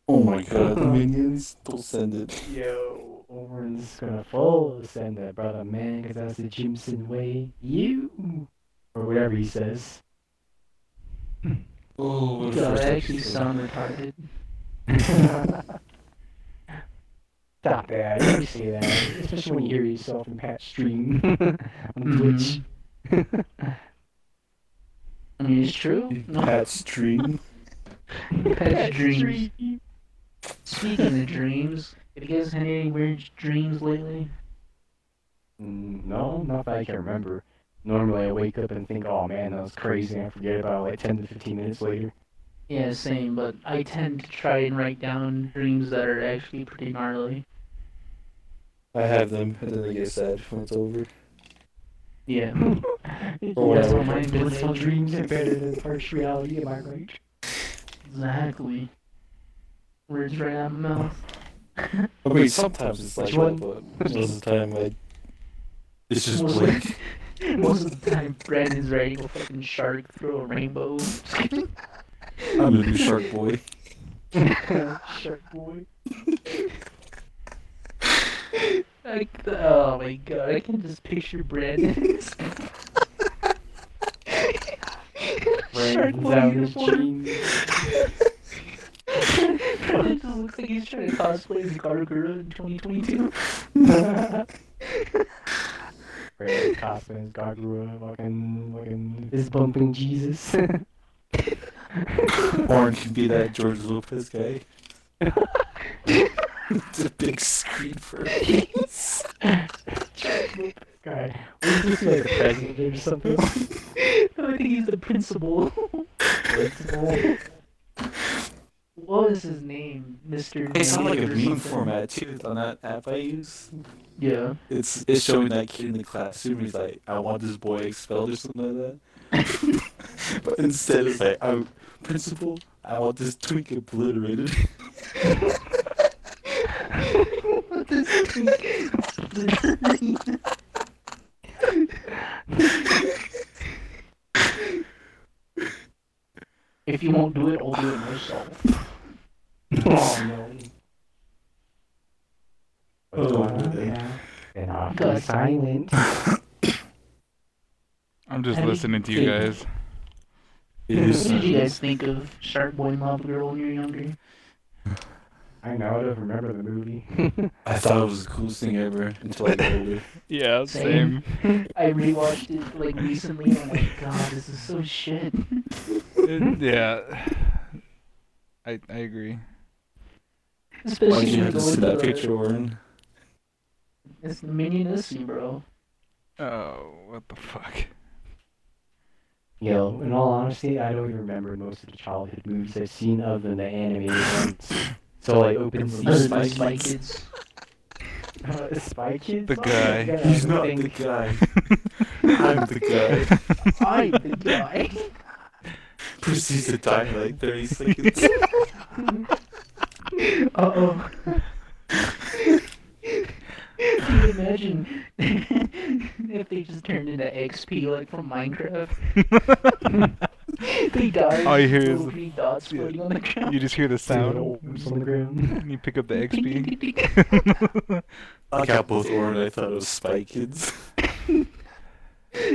D: Oh my god, the minions. Don't send it.
C: Yo, Oren's gonna follow send that brother man, 'cause that's the Jimson way. You! Or whatever he says.
D: Oh, what a
B: God, I actually
D: frustrating-
B: sound retarded.
C: Stop that, you don't say that. Especially when you hear yourself in Pat's stream [laughs] on Twitch.
B: I mean, it's true. No,
D: Pat's dream.
B: pet dreams. Speaking of dreams, have you guys had any weird dreams lately?
C: Mm, No, not that I can remember. Normally I wake up and think, oh man, that was crazy, and I forget about it like 10 to 15 minutes later.
B: Yeah, same, but I tend to try and write down dreams that are actually pretty gnarly.
D: I have them, and then they get sad when it's over.
B: Yeah.
C: [laughs]
D: Oh,
B: That's
D: yeah.
B: what mine did
C: Blissful
B: lately.
C: dreams are better than harsh reality, am I right?
B: Exactly. Words right out of my mouth.
D: I mean, sometimes it's like
C: Which
D: that, but most of the time, I. It's just
B: Most of-
D: blank.
B: [laughs] Most of the time, Brandon's writing a fucking shark through a rainbow. [laughs]
D: I'm a new shark boy.
B: shark boy. I, oh my god, I can just
C: [laughs]
B: picture Brandon. shark
C: Brandon's
B: boy
C: out his
B: uniform.
C: dreams.
B: [laughs] Brandon just looks like he's trying to cosplay as Gargura in 2022.
C: Brandon Cosman's Gargura, fucking, fucking, is bumping Jesus. [laughs]
D: Orange could be that George Lopez
C: [laughs]
D: guy. it's a big
C: [laughs]
D: screen for
C: Guy, was this like the president or something?
B: No, [laughs] I think he's the principal. [laughs] what was his name? Mr.
D: It's not like a
B: Nate or
D: meme
B: something.
D: format too on that app I use. [laughs]
B: Yeah.
D: It's it's showing that kid in the classroom. He's like, I want this boy expelled or something like
C: [laughs]
D: that. but instead, it's like, i principal. I want this twink obliterated.
B: what does it mean? if you won't do it, I'll do it myself.
C: [laughs] Oh no.
D: What's going on there?
C: Oh, yeah. And
B: Good.
C: awfully silent.
A: I'm just
B: I mean,
A: listening to you
B: dude.
A: guys.
D: It
B: What
C: [laughs]
D: is
B: did you
D: silent.
B: guys think of Shark Boy Mob Girl when you were younger?
C: I know, I don't remember the [laughs] movie.
D: I thought it was the coolest thing ever until I got older.
A: Yeah,
B: Same. I rewatched it like recently and I'm like, God, this is so shit.
A: It- yeah. I I agree.
D: Why did
B: Especially
D: you
B: when
D: have to
B: going
D: see
B: to
D: that
B: the-
D: picture, Warren?
B: It's the Minionessi, bro.
A: Oh, what the fuck?
C: Yo, in all honesty, I don't even remember most of the childhood movies I've seen other than the animated ones. So like Open
B: Other
C: Season,
B: than
D: Spy
B: Spy
D: Kids.
B: Kids.
C: Spy Kids.
A: The
C: [laughs] Oh, yeah,
A: guy.
C: yeah,
D: He's
C: I
D: not
C: think-
D: the guy. I'm the guy.
B: I'm the
A: [laughs]
B: guy.
D: Proceeds to die in like 30 seconds.
B: Uh oh. [laughs] Can you imagine [laughs] if they just turned into XP like from Minecraft? they died.
A: All you hear
B: little
A: is the-
B: green dots
A: yeah.
B: floating on the ground.
A: You just hear the sound,
C: Oops on the ground.
A: and you pick up the
B: Ding, [laughs] ding,
A: XP.
B: ding,
A: [laughs]
B: ding.
D: I got both Warren. I thought it was Spy Kids. [laughs]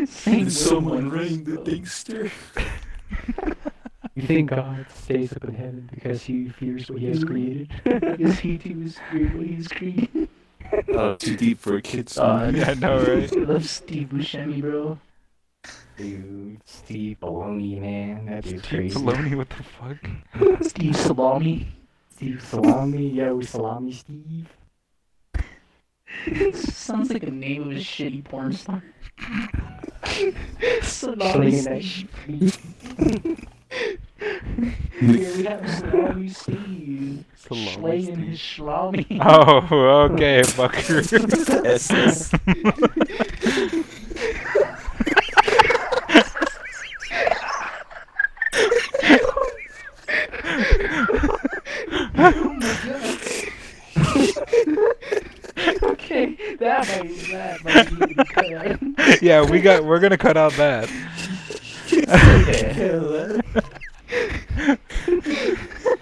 B: Same with
D: Someone
B: Minecraft,
D: rang the
B: bro. [laughs]
D: dingster.
C: [laughs] You think God stays up in heaven because he fears what he has created?
B: Because he too is weird what he's creating.
A: [laughs]
D: Uh, too deep for a kid's [laughs]
B: God.
A: Uh, Yeah, I know, right?
B: [laughs] I love Steve Buscemi, bro.
C: Dude, Steve Baloney, man, that dude's
A: Steve
C: crazy.
A: Filoni, what the fuck?
B: Steve Salami.
C: Steve Salami, yo, Salami Steve.
B: Sounds like a name of a shitty porn star. [laughs] Salami
C: Slinging that
B: Steve.
C: sh-
B: Here we have Salami Steve.
A: Salami
B: Slaying his salami.
A: Oh, okay, fucker.
D: SS.
B: okay, that might, that might need to be cut out.
A: yeah, we got. We're gonna cut out that.
D: Yeah,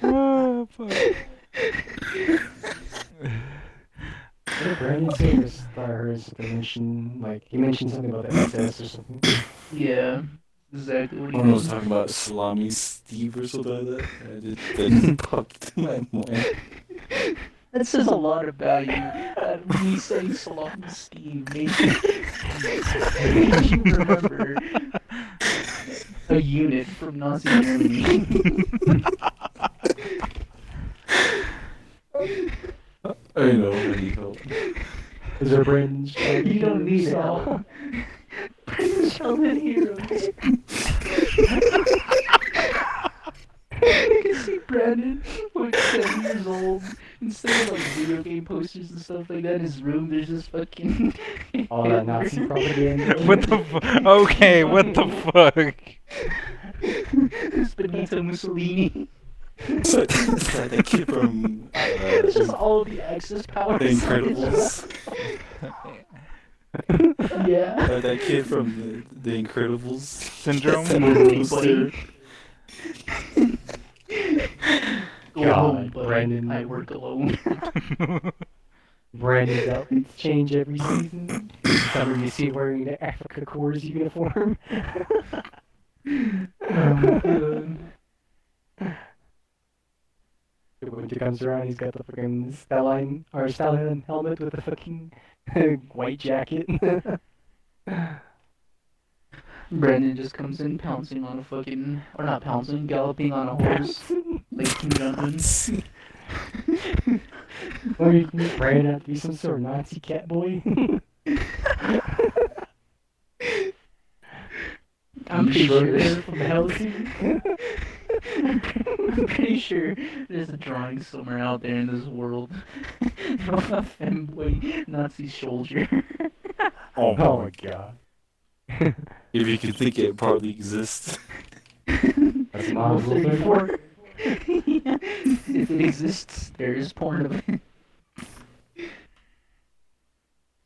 A: Oh, [laughs] fuck.
C: Brandon Singer stars the mention, like he mentioned something about the SS or something.
B: [laughs] Yeah, exactly. What do you
D: Someone was
B: mean?
D: talking about salami Steve or something like that. I just, that just popped in my mind.
B: That says a lot about you. Uh, me saying Salon Steve made you, made you remember [laughs] a unit from Nazi Germany.
D: I know what do you call it.
C: Is there Brandon's?
B: you don't need help. Sheldon heroes. I can
C: [laughs]
B: see Brandon, like seven years old, instead of like video game posters and stuff like that in his room, there's just fucking [laughs]
C: All that Nazi propaganda.
A: [laughs] What the? Fu- okay, what the fuck?
B: It's Benito Mussolini.
D: It's like, it's like that kid from uh,
B: It's just
D: The
B: all the excess power.
D: Incredibles.
B: [laughs] yeah.
D: Or that kid from The, the Incredibles.
A: Syndrome.
D: Poster.
B: [laughs] Go
C: God,
B: home, buddy.
C: Brandon.
B: I work alone. [laughs]
C: Brandon's outfits change every season. Summer you see wearing the Africa Corps uniform. [laughs] Winter comes around, he's got the fucking Stalin or Stalin helmet with the fucking [laughs] white jacket. [laughs]
B: Brandon just comes in pouncing on a fucking, or not pouncing, galloping on a horse.
C: Or
B: like King Duncan.
C: you can Brandon out to be some sort of Nazi cat [laughs] boy.
B: I'm pretty
C: Schroeder.
B: sure they're from Hellsing. [laughs] I'm pretty sure there's a drawing somewhere out there in this world [laughs] of a femboy Nazi soldier.
D: Oh
C: oh my god.
D: If you could think it probably exists.
C: That's
B: Rule
C: Model
B: 34. yeah. If it exists, there is porn of it.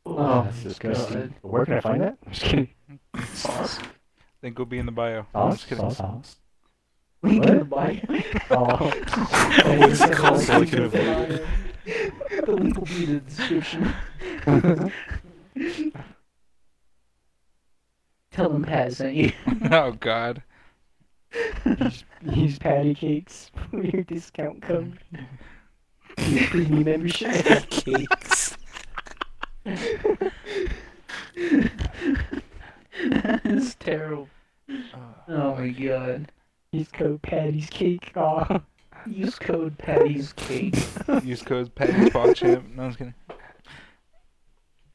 C: Oh, that's disgusting. Where can I find that? I'm just kidding.
B: God. Sauce.
A: [laughs] Think will be in the bio. I'm
C: Sauce?
A: just kidding.
C: Sauce? Sauce?
B: Link in the
C: What?
B: bio.
C: [laughs] Oh. [laughs]
D: What's it called so I can avoid it?
B: The link will be in the description. Tell them Pat sent you.
A: [laughs] Oh God.
C: Use patty cakes for your discount code. Your premium membership.
D: Cakes.
B: That's terrible. Oh my god.
C: Use code Patty's Cake. Aw.
B: Use code Patty's Cake.
A: Use code Patty PogChamp. No, I'm just kidding.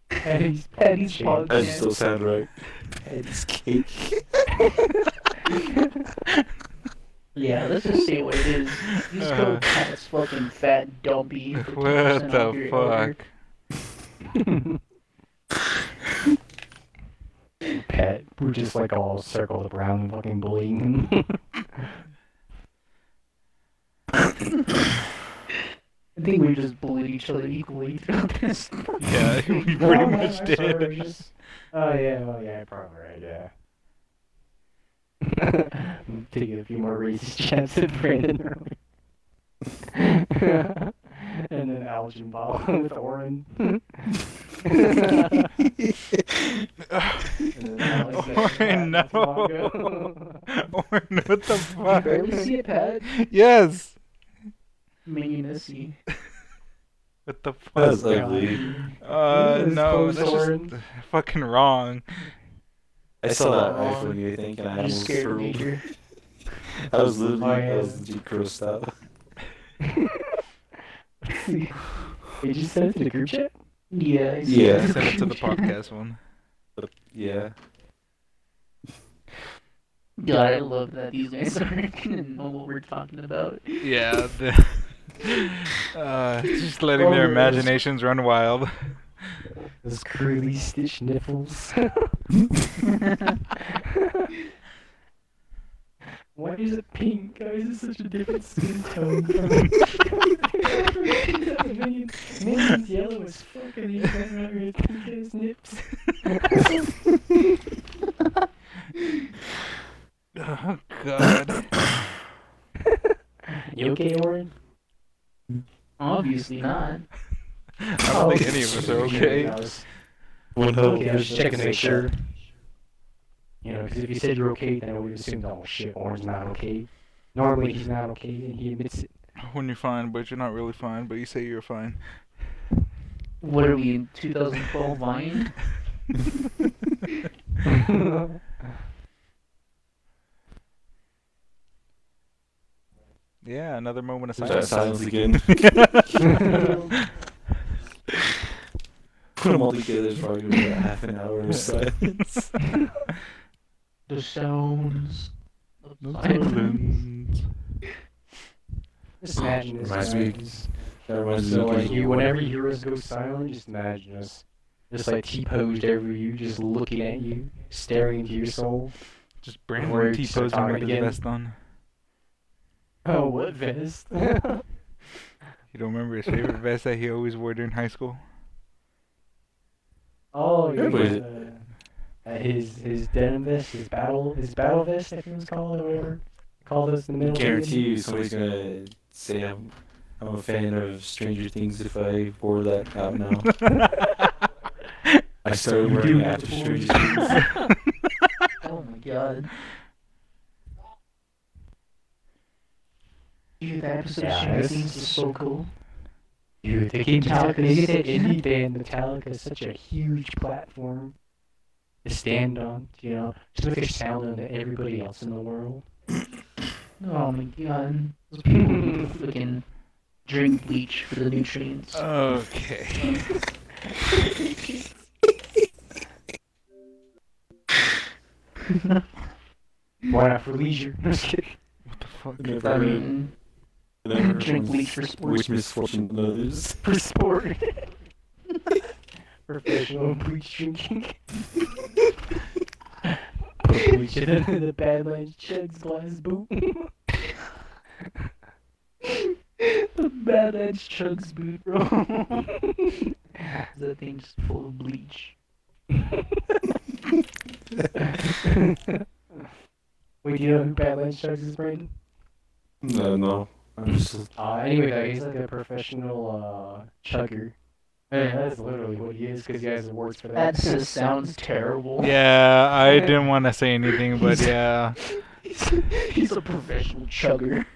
C: Patty's
B: Patty's Pod-
D: That just don't sound right. It's cake.
B: Yeah, let's just see what it is. Use
A: Uh.
B: code Pat's fucking fat dumpy. for
A: [laughs] What
B: 10% off
A: the
B: your order.
A: fuck?
C: [laughs] Pat, we're just like all circled around and fucking bullying [laughs] him.
B: I think we just bullied each other equally throughout this.
A: Yeah, [laughs]
B: [laughs]
A: we pretty much did. [laughs]
C: [laughs] Oh yeah, oh yeah, probably right, yeah. [laughs] I'm taking a few more racist chats at Brandon earlier. [laughs] and then Algin Ball [laughs] with Oren. and then Alex
A: Oren,
C: with Pat
A: no.
C: Mongo.
A: Orin, what the
B: You
A: fuck?
B: barely see it, Pat.
A: Yes.
B: Mini Missy.
A: What the
D: That's
A: fuck?
C: [laughs]
D: ugly.
A: Uh,
C: It's
A: no,
C: close,
A: that's just
C: Orin.
A: fucking wrong.
D: I saw that iPhone you think and I
B: You
D: almost
B: scared me. Peter.
D: hurled. I was literally,
C: Oh, yeah.
D: I was legit grossed out.
C: Did you send it to the group chat?
B: Yeah. I
D: Yeah.
B: scared
A: Send it to
B: you.
A: the podcast one.
D: But, yeah.
B: God, I love that these guys aren't [laughs] gonna know what we're talking about.
A: Yeah. The, [laughs] uh, just letting their
C: Orin is-
A: imaginations run wild.
C: Those curly stitch [laughs] nipples. [laughs] Why is it pink? Why is it such a different skin tone? from- Minion- Minion's yellow as fuck and he can't remember his pinkies nips.
A: [laughs] Oh god.
C: [laughs] You okay, Orin?
B: Obviously not.
A: I don't think any of us
D: [laughs]
A: are okay.
C: Okay,
D: One
C: I was Oh, just Oh, checking to make sure. You know, because if you said you're okay, then I would assume, oh shit, Orin's not okay. Normally he's not okay, and he admits it.
A: When you're fine, but you're not really fine, but you say you're fine.
B: What are we in 2012 Vine?
A: [laughs]
C: [laughs]
A: Yeah, another moment of
D: Is that
A: silence.
D: silence
A: [laughs]
D: again? [laughs] Put them all together, it's probably gonna be about half an hour of
C: [laughs]
D: silence.
B: The sounds. of silence.
A: Silence.
C: just imagine this.
D: Reminds
C: guy,
D: me-
C: he's-
D: That reminds me
C: So
D: of
C: like you,
D: like,
C: whenever heroes go silent, just imagine us, just like T-posed over you, just looking at you, staring into your soul.
A: Just Brandon
C: We're
A: T
C: just
A: posing
C: talking
A: with his
C: again.
A: vest on.
C: Oh, what vest?
A: You don't remember his
D: [laughs]
A: favorite vest that he always wore during high [laughs] school?
C: [laughs] oh,
D: Yeah,
C: you
D: but-
C: uh, uh, his his denim vest, his battle his battle vest, I think it was called or whatever. Called us in the middle. of the
D: guarantee
C: evening.
D: you somebody's gonna say I'm, I'm a fan of Stranger Things if I wore that out
C: [laughs]
D: now. I started wearing it after Stranger Things.
B: [laughs]
C: [laughs]
D: [laughs]
B: Oh my god. Dude, that episode of
C: Yeah,
B: Stranger
C: this-
B: Things was so cool.
C: Dude, the game Metallica, you get that indie band Metallica is such a huge platform to stand on, you know, just make a sound on everybody else in the world.
B: Oh my god. Those people need to freaking drink bleach for the nutrients.
A: Okay.
C: Why not for leisure? [laughs] I'm just kidding.
A: What the fuck?
D: Never
B: I
D: heard-
B: mean,
D: never heard
B: drink
D: of
B: bleach for sports.
D: Which misfortune
C: [laughs]
D: others?
C: for sport. Professional bleach drinking. Put bleach in the Badlands Chugs glass boot.
B: the [laughs] bad edge chugs boot, bro. that thing just full of bleach.
C: Wait, do you know who Badlands Chugs is, Brandon?
D: No, no. I'm
C: [laughs]
D: just.
C: Uh, anyway, though, he's like a professional uh, chugger. Yeah, that's literally what he is because he has awards for that.
B: That
C: [laughs]
B: just sounds terrible.
A: Yeah,
D: [laughs]
A: I didn't want to say anything, but yeah.
B: [laughs] He's a professional chugger.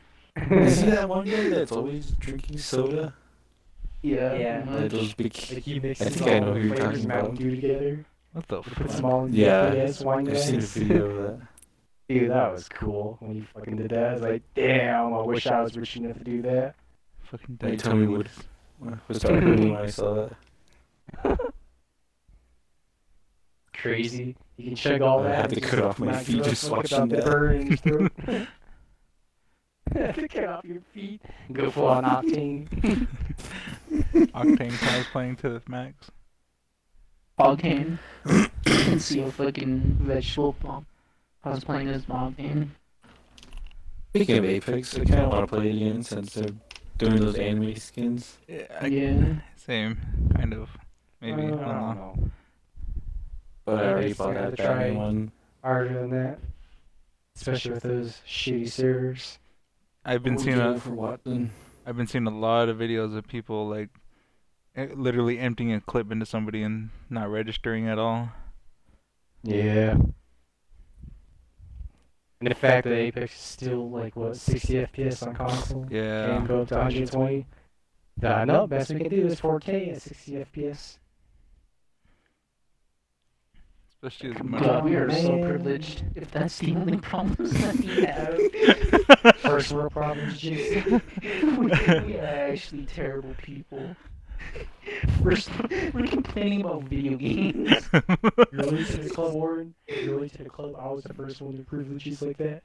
D: Is he that one guy that's always drinking soda?
B: Yeah.
C: Yeah.
D: Like
B: much.
D: those big.
C: Like he mixes
D: think I
C: all
D: know
C: the
D: who you're
C: flavors
D: talking
C: of Mountain
D: about.
C: Dew together.
A: What the
C: Put
A: fuck?
C: some all in
D: Yeah,
C: ass wine [laughs]
D: I've seen a
C: glasses.
D: video of that.
C: Dude, that was cool when you fucking did that. I was like, damn, I wish I was rich enough to do that.
A: Fucking
D: Like, tell me what-
A: diabetes.
D: I was talking when I saw that.
C: Crazy. You can chug all
D: I
C: that.
D: had
C: and
D: to
C: just
D: cut off my
C: not
D: feet
C: give a
D: just
C: fuck
D: watching
C: about the
D: that.
C: burn in your
D: [laughs]
C: [laughs] throat. Had to cut off your feet. Go full on octane.
A: Octane times playing to the max.
B: Octane. You can see a fucking vegetable pump. I was playing as Octane.
D: Speaking of Apex, I kind of want to play it again since they're doing those anime skins.
A: Yeah.
B: Yeah.
A: Same, kind of. Maybe. I don't know.
C: know.
D: But I
C: Yeah,
D: already
C: it's
D: bought
C: gotta
D: that Dragon
C: try.
D: one.
C: Harder than that. Especially with those shitty servers.
A: I've been
D: Old
A: seeing
D: Game
A: a,
D: for Watson.
A: I've been seeing a lot of videos of people like eh, literally emptying a clip into somebody and not registering at all.
C: Yeah. And the fact that Apex is still like what 60 FPS on console.
A: Yeah.
C: and go up to 120. Uh, no, best we can do is 4K at 60 FPS.
A: Especially as
C: Come
A: much. [laughs]
B: God, we are so
C: Man.
B: privileged. If that's the only problems that we have, [laughs]
C: First world problems, just
B: we, we are actually terrible people. [laughs] We're, s we're complaining about video games.
C: really to the club, Warren. Really to the club. I was the first one to privileges like that.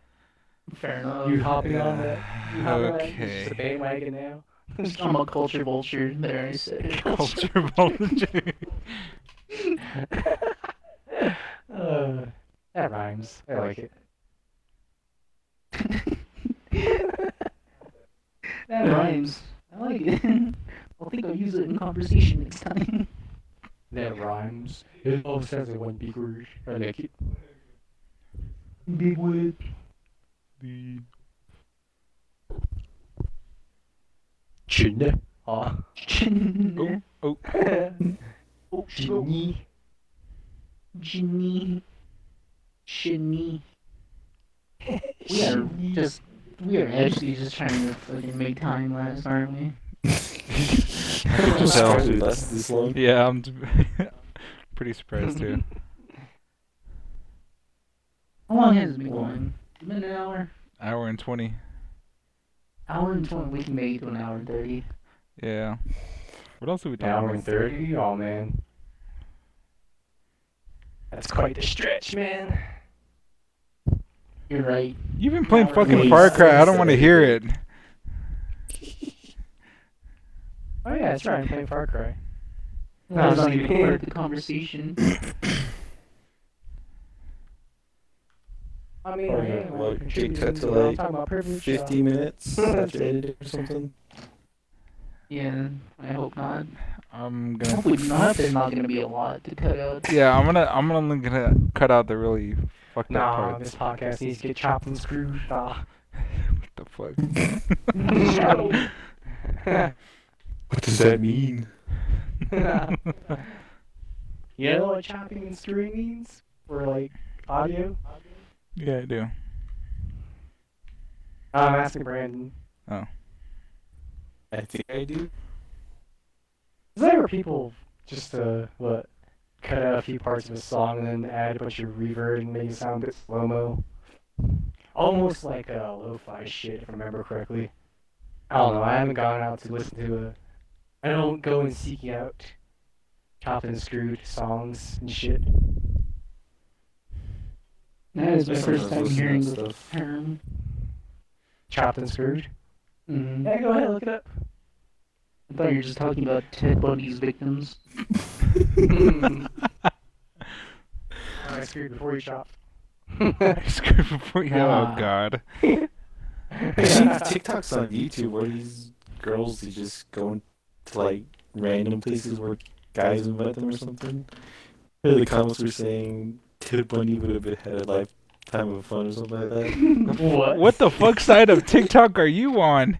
B: Fair enough.
C: You hopping on that?
A: Yeah.
C: You hopping on that? You're just
A: Okay.
C: a bandwagon now.
B: I'm a culture vulture. There, I said it. [laughs]
A: Culture vulture.
C: Uh, that rhymes. I like it.
B: That rhymes. I like it. [laughs] I think I'll use it in conversation next [laughs] time.
C: That rhymes. It all sounds like one big word. I like it.
B: Big word.
A: The
C: Chin. Ah.
B: Chin.
A: oh.
B: [laughs] oh,
C: Chinny.
B: Ginny. Shinny. We are
C: Shinny.
B: just. We are actually just trying to fucking make time last, aren't we?
D: I'm
A: So-
D: surprised we lasted this long.
A: Yeah, I'm t- [laughs] pretty surprised too.
B: How long has it been going? It's been an hour.
A: Hour and twenty.
B: Hour and twenty. We can make it to an hour and thirty.
A: Yeah. What else are we
C: An
A: talking
C: hour
A: about?
C: and 30? Oh, man. That's quite the stretch, man.
B: You're right.
A: You've been playing
B: Hour and
A: fucking
D: thirty.
A: Far Cry. I don't want to hear it.
C: Oh, yeah, that's right. I'm playing Far Cry. No,
B: I
C: I'm
B: was
C: just
B: not even
C: kidding.
B: part of the conversation.
C: I mean,
D: Oh,
C: I
D: yeah,
C: am
D: well,
C: well,
D: it
C: contributing,
D: takes up to,
C: but I'm
D: like,
C: talking about privilege. so-
D: 50 minutes after editing or something.
B: Yeah, I hope not.
A: I'm gonna.
B: Hopefully not. There's not gonna be a lot to cut out.
A: Yeah, I'm gonna. I'm only gonna cut out the really fucked up
C: Nah,
A: parts.
C: this podcast needs to get chopped and screwed. [laughs] Ah.
A: [laughs] What the fuck?
C: [laughs]
D: What does that mean?
C: [laughs] you know what chopping and screwing means? For like audio?
A: yeah, I
C: [laughs]
A: do. [laughs]
C: Uh, I'm asking Brandon.
D: I think I do.
C: Is that where people just uh what cut out a few parts of a song and then add a bunch of reverb and make it sound a bit slow mo? Almost like uh, lo-fi shit, if I remember correctly. I don't know. I haven't gone out to listen to a. I don't go and seek out chopped and screwed songs and shit.
B: That is my
D: Sometimes
B: first time
D: listen to
B: hearing the
D: stuff.
B: term.
C: Chopped and screwed.
B: Mhm.
C: Yeah, go ahead, look it up.
B: I thought you were just talking about Ted Bundy's victims.
C: I screwed before you chopped.
A: Screw before you. Oh
B: Ah.
A: God.
D: Actually, TikTok's on YouTube where these girls they just go to like random places where guys have met them or something. Here the comments were saying Ted Bundy would have had a lifetime of fun or something like [laughs] that.
C: what?
A: What the fuck side of TikTok are you on?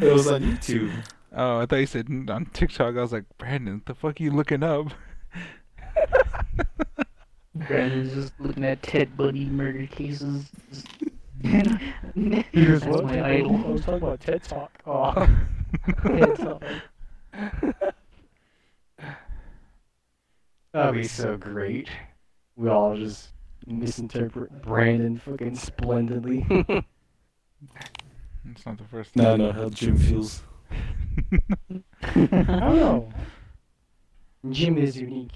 D: It was on YouTube.
A: Oh, I thought you said n- on TikTok. I was like, Brandon, what the fuck are you looking up?
B: Brandon's just looking at Ted Bundy murder cases.
C: [laughs]
B: Just-
C: Here's
B: That's
C: what
B: my
C: I
B: idol. [laughs]
C: was talking about TED Talk. [laughs] [laughs] Oh, TED Talk. That'd be so great. We all just misinterpret Brandon fucking [laughs] splendidly.
A: [laughs] It's not the first
D: No, no, how Jim feels.
C: I don't know. [laughs] Jim is unique.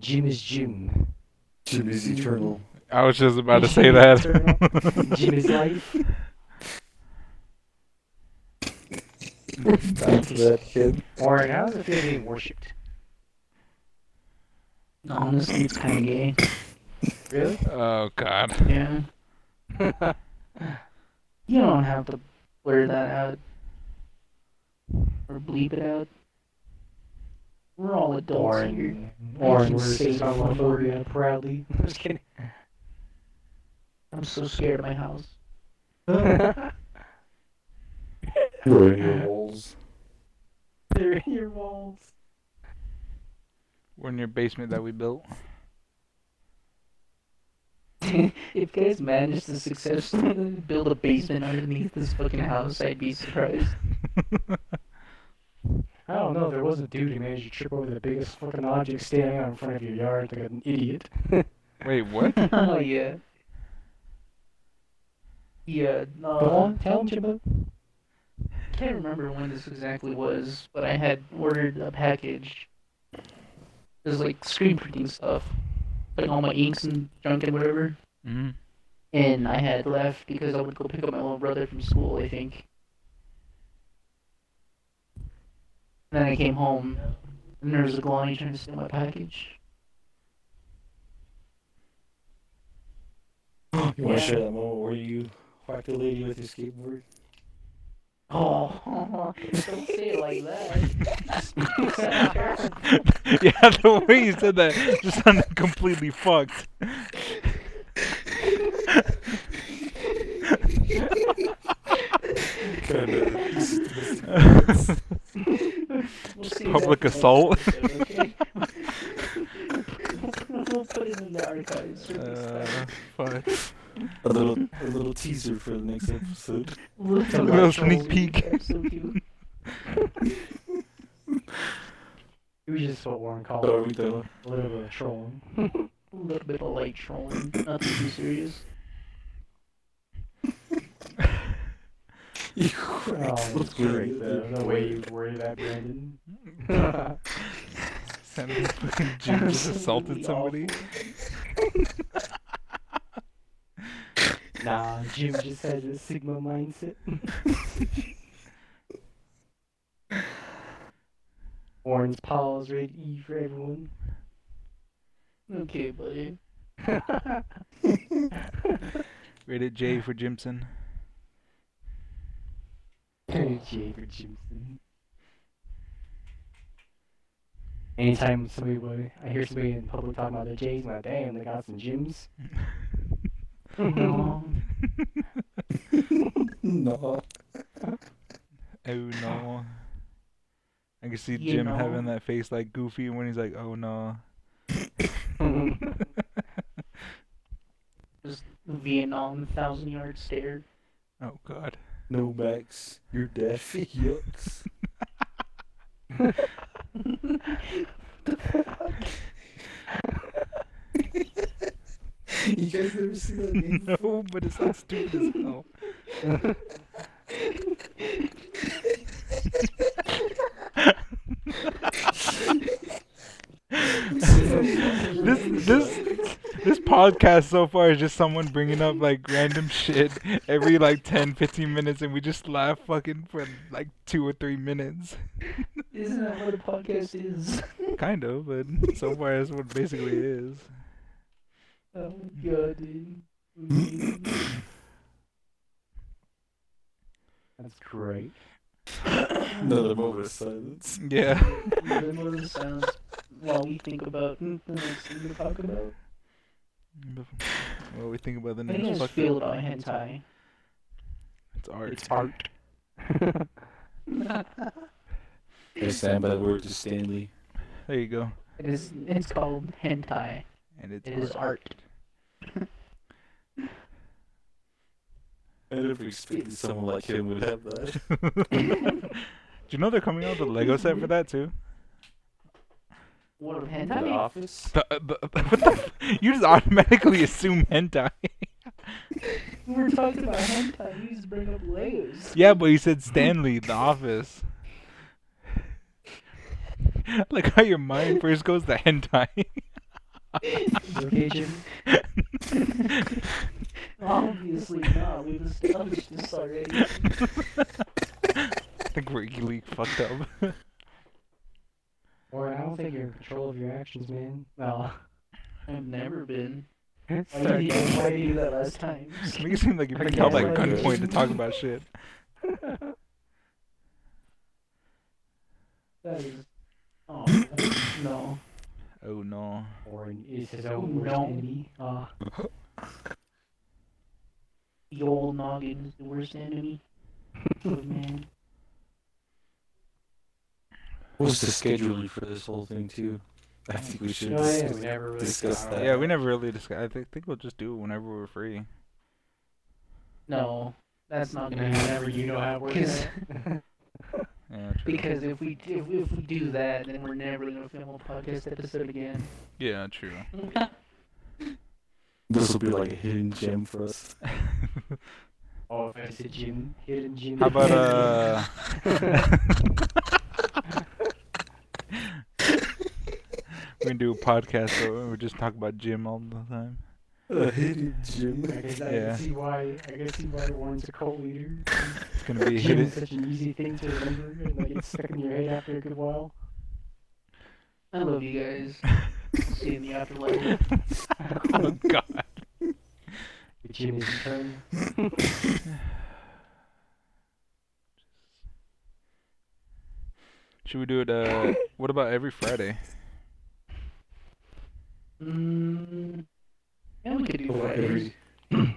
C: Jim is Jim.
D: Jim is eternal.
A: I was just about to
C: [laughs]
A: say that.
C: Jim is [laughs] life.
D: Time for that kid.
C: Or how's it feel being worshipped?
B: Honestly, it's kind of gay.
C: Really?
A: [laughs] oh God.
B: Yeah. You don't have to blur that out or bleep it out. We're all adults here.
C: Orange. Orange.
B: can
C: We're
B: say
C: saying homophobia [laughs] proudly. I'm just kidding.
B: I'm so scared of my house. [laughs]
C: They're
D: We're in your walls.
C: in your [laughs] walls.
A: We're in your basement that we built. [laughs]
B: if guys managed to successfully build a basement underneath this fucking house, I'd be surprised. [laughs]
C: I don't know, there was a dude who managed to trip over the biggest fucking object standing out in front of your yard like an idiot.
A: Wait, what?
C: [laughs]
B: oh yeah. Yeah, no.
C: Go on, tell him, Jimbo.
B: I can't remember when this exactly was, but I had ordered a package. It was like screen printing stuff, like all my inks and junk and whatever.
A: Mm-hmm.
B: And I had left because I would go pick up my little brother from school, I think. And then I came home, and there was a Galani trying to steal my package.
D: You want to share that moment where you whacked a lady with your skateboard?
B: Oh, don't say it like that.
A: [laughs] yeah, the way you said that just sounded completely fucked.
B: We'll see
A: Public
B: exactly what
A: assault.
B: it says, okay? we'll put it in the archives. for next time.
A: Uh, fuck.
D: [laughs] a little, a little teaser for the next episode.
A: a little sneak peek.
B: So cute.
C: It was just what Warren called
D: What are we
C: it.
D: doing?
C: A little bit of trolling.
B: A little bit of light trolling. Nothing too serious.
D: You
C: Oh, it's great though. The way you worded that, Brandon.
A: Sounded like fucking Jim just assaulted
B: Absolutely
A: somebody.
C: nah, Jim just has a Sigma mindset. Warren's Paul's rated E for everyone.
B: awful. Okay, buddy.
A: Rated J for Jimson. [laughs]
C: J for Jimson. Anytime somebody would, I hear somebody in public talking about their J's, I'm like, damn, they got some gyms.
A: Oh, Mm-hmm.
B: No.
D: [laughs] No.
A: Oh no. I can see
B: You
A: Jim
B: know.
A: having that face like Goofy when he's like, oh no.
B: Just Vietnam thousand yard stare.
A: Oh god.
D: No, Max. You're [laughs] deaf. Yucks. you guys never seen that meme?
A: No, but it sounds stupid as hell. this this this podcast so far is just someone bringing up like random shit every like 10 15 minutes and we just laugh fucking for like 2 or 3 minutes
B: Isn't that what a podcast is? [laughs]
A: kind of but so far that's what basically it is
B: Oh my god, dude.
C: Mm-hmm.
B: Mm.
C: That's great.
D: Another moment of silence.
A: yeah
B: Even more than sounds while we think about the next thing to talk about.
A: what we think about the
C: Mm-hmm.
B: How do you
A: next
B: guys
A: fucking
B: feel about hentai?
A: it's art
C: It's art.
D: I stand by the word to Stanley.
A: there you go
B: It is. It's called hentai.
A: and it's
B: It is art.
D: I never expected someone like him would have that.
A: [laughs] Do you know they're coming out with a Lego set for that too?
B: What of
D: The
B: hentai?
D: office?
A: [laughs] The, the, what the f- you just automatically [laughs] assume hentai.
B: We're talking about hentai. You just bring up Legos.
A: yeah, but you said Stanley, The Office. [laughs] like how your mind first goes to hentai. [laughs]
C: Okay, Jim.
B: Obviously not. We've established this already.
A: I think we're equally fucked up.
C: Warren, I don't think you're in control of your actions, man. [laughs] No.
B: I've never been. Why did
C: Sorry.
B: you, why did you do that last time?
A: [laughs] Make it seem like you're being
C: Okay,
A: held at
D: like-
A: gunpoint to talk about shit.
B: That is. Oh no.
A: Oh no.
C: Warren is his own
B: Ooh,
C: worst
B: no.
C: enemy. Uh,
B: The old noggin is the worst enemy. Good man.
D: What's the scheduling for this whole thing, too? I think we should.
C: no, yeah, we never really
D: discuss that.
A: Yeah, we never really discuss. I think, think we'll just do it whenever we're free.
B: No, that's not gonna happen.
C: Whenever you know how it works.
B: Because,
A: Yeah. True.
B: because if we if, if we do that, then we're never gonna film a podcast episode again. [laughs]
A: Yeah, true.
D: This will be like a hidden gem for us.
C: [laughs] Oh, if it's a gym, hidden gym.
A: How about uh? [laughs] we can do a podcast where we just talk about gym all the time.
D: A hidden gem.
C: [laughs] I guess I
A: yeah.
C: can see why. I can see why Warren's a cult leader.
A: It's gonna be
C: Gym [laughs]
A: hidden.
C: is such an easy thing to remember, and like it's stuck in your head after a good while.
B: I love you [laughs] guys. See you in the afterlife.
A: Oh God!
C: The gym is eternal.
A: Should we do it? Uh, what about every Friday?
B: Mm, yeah, we could do
C: Or
B: Fridays.
C: every-
A: Every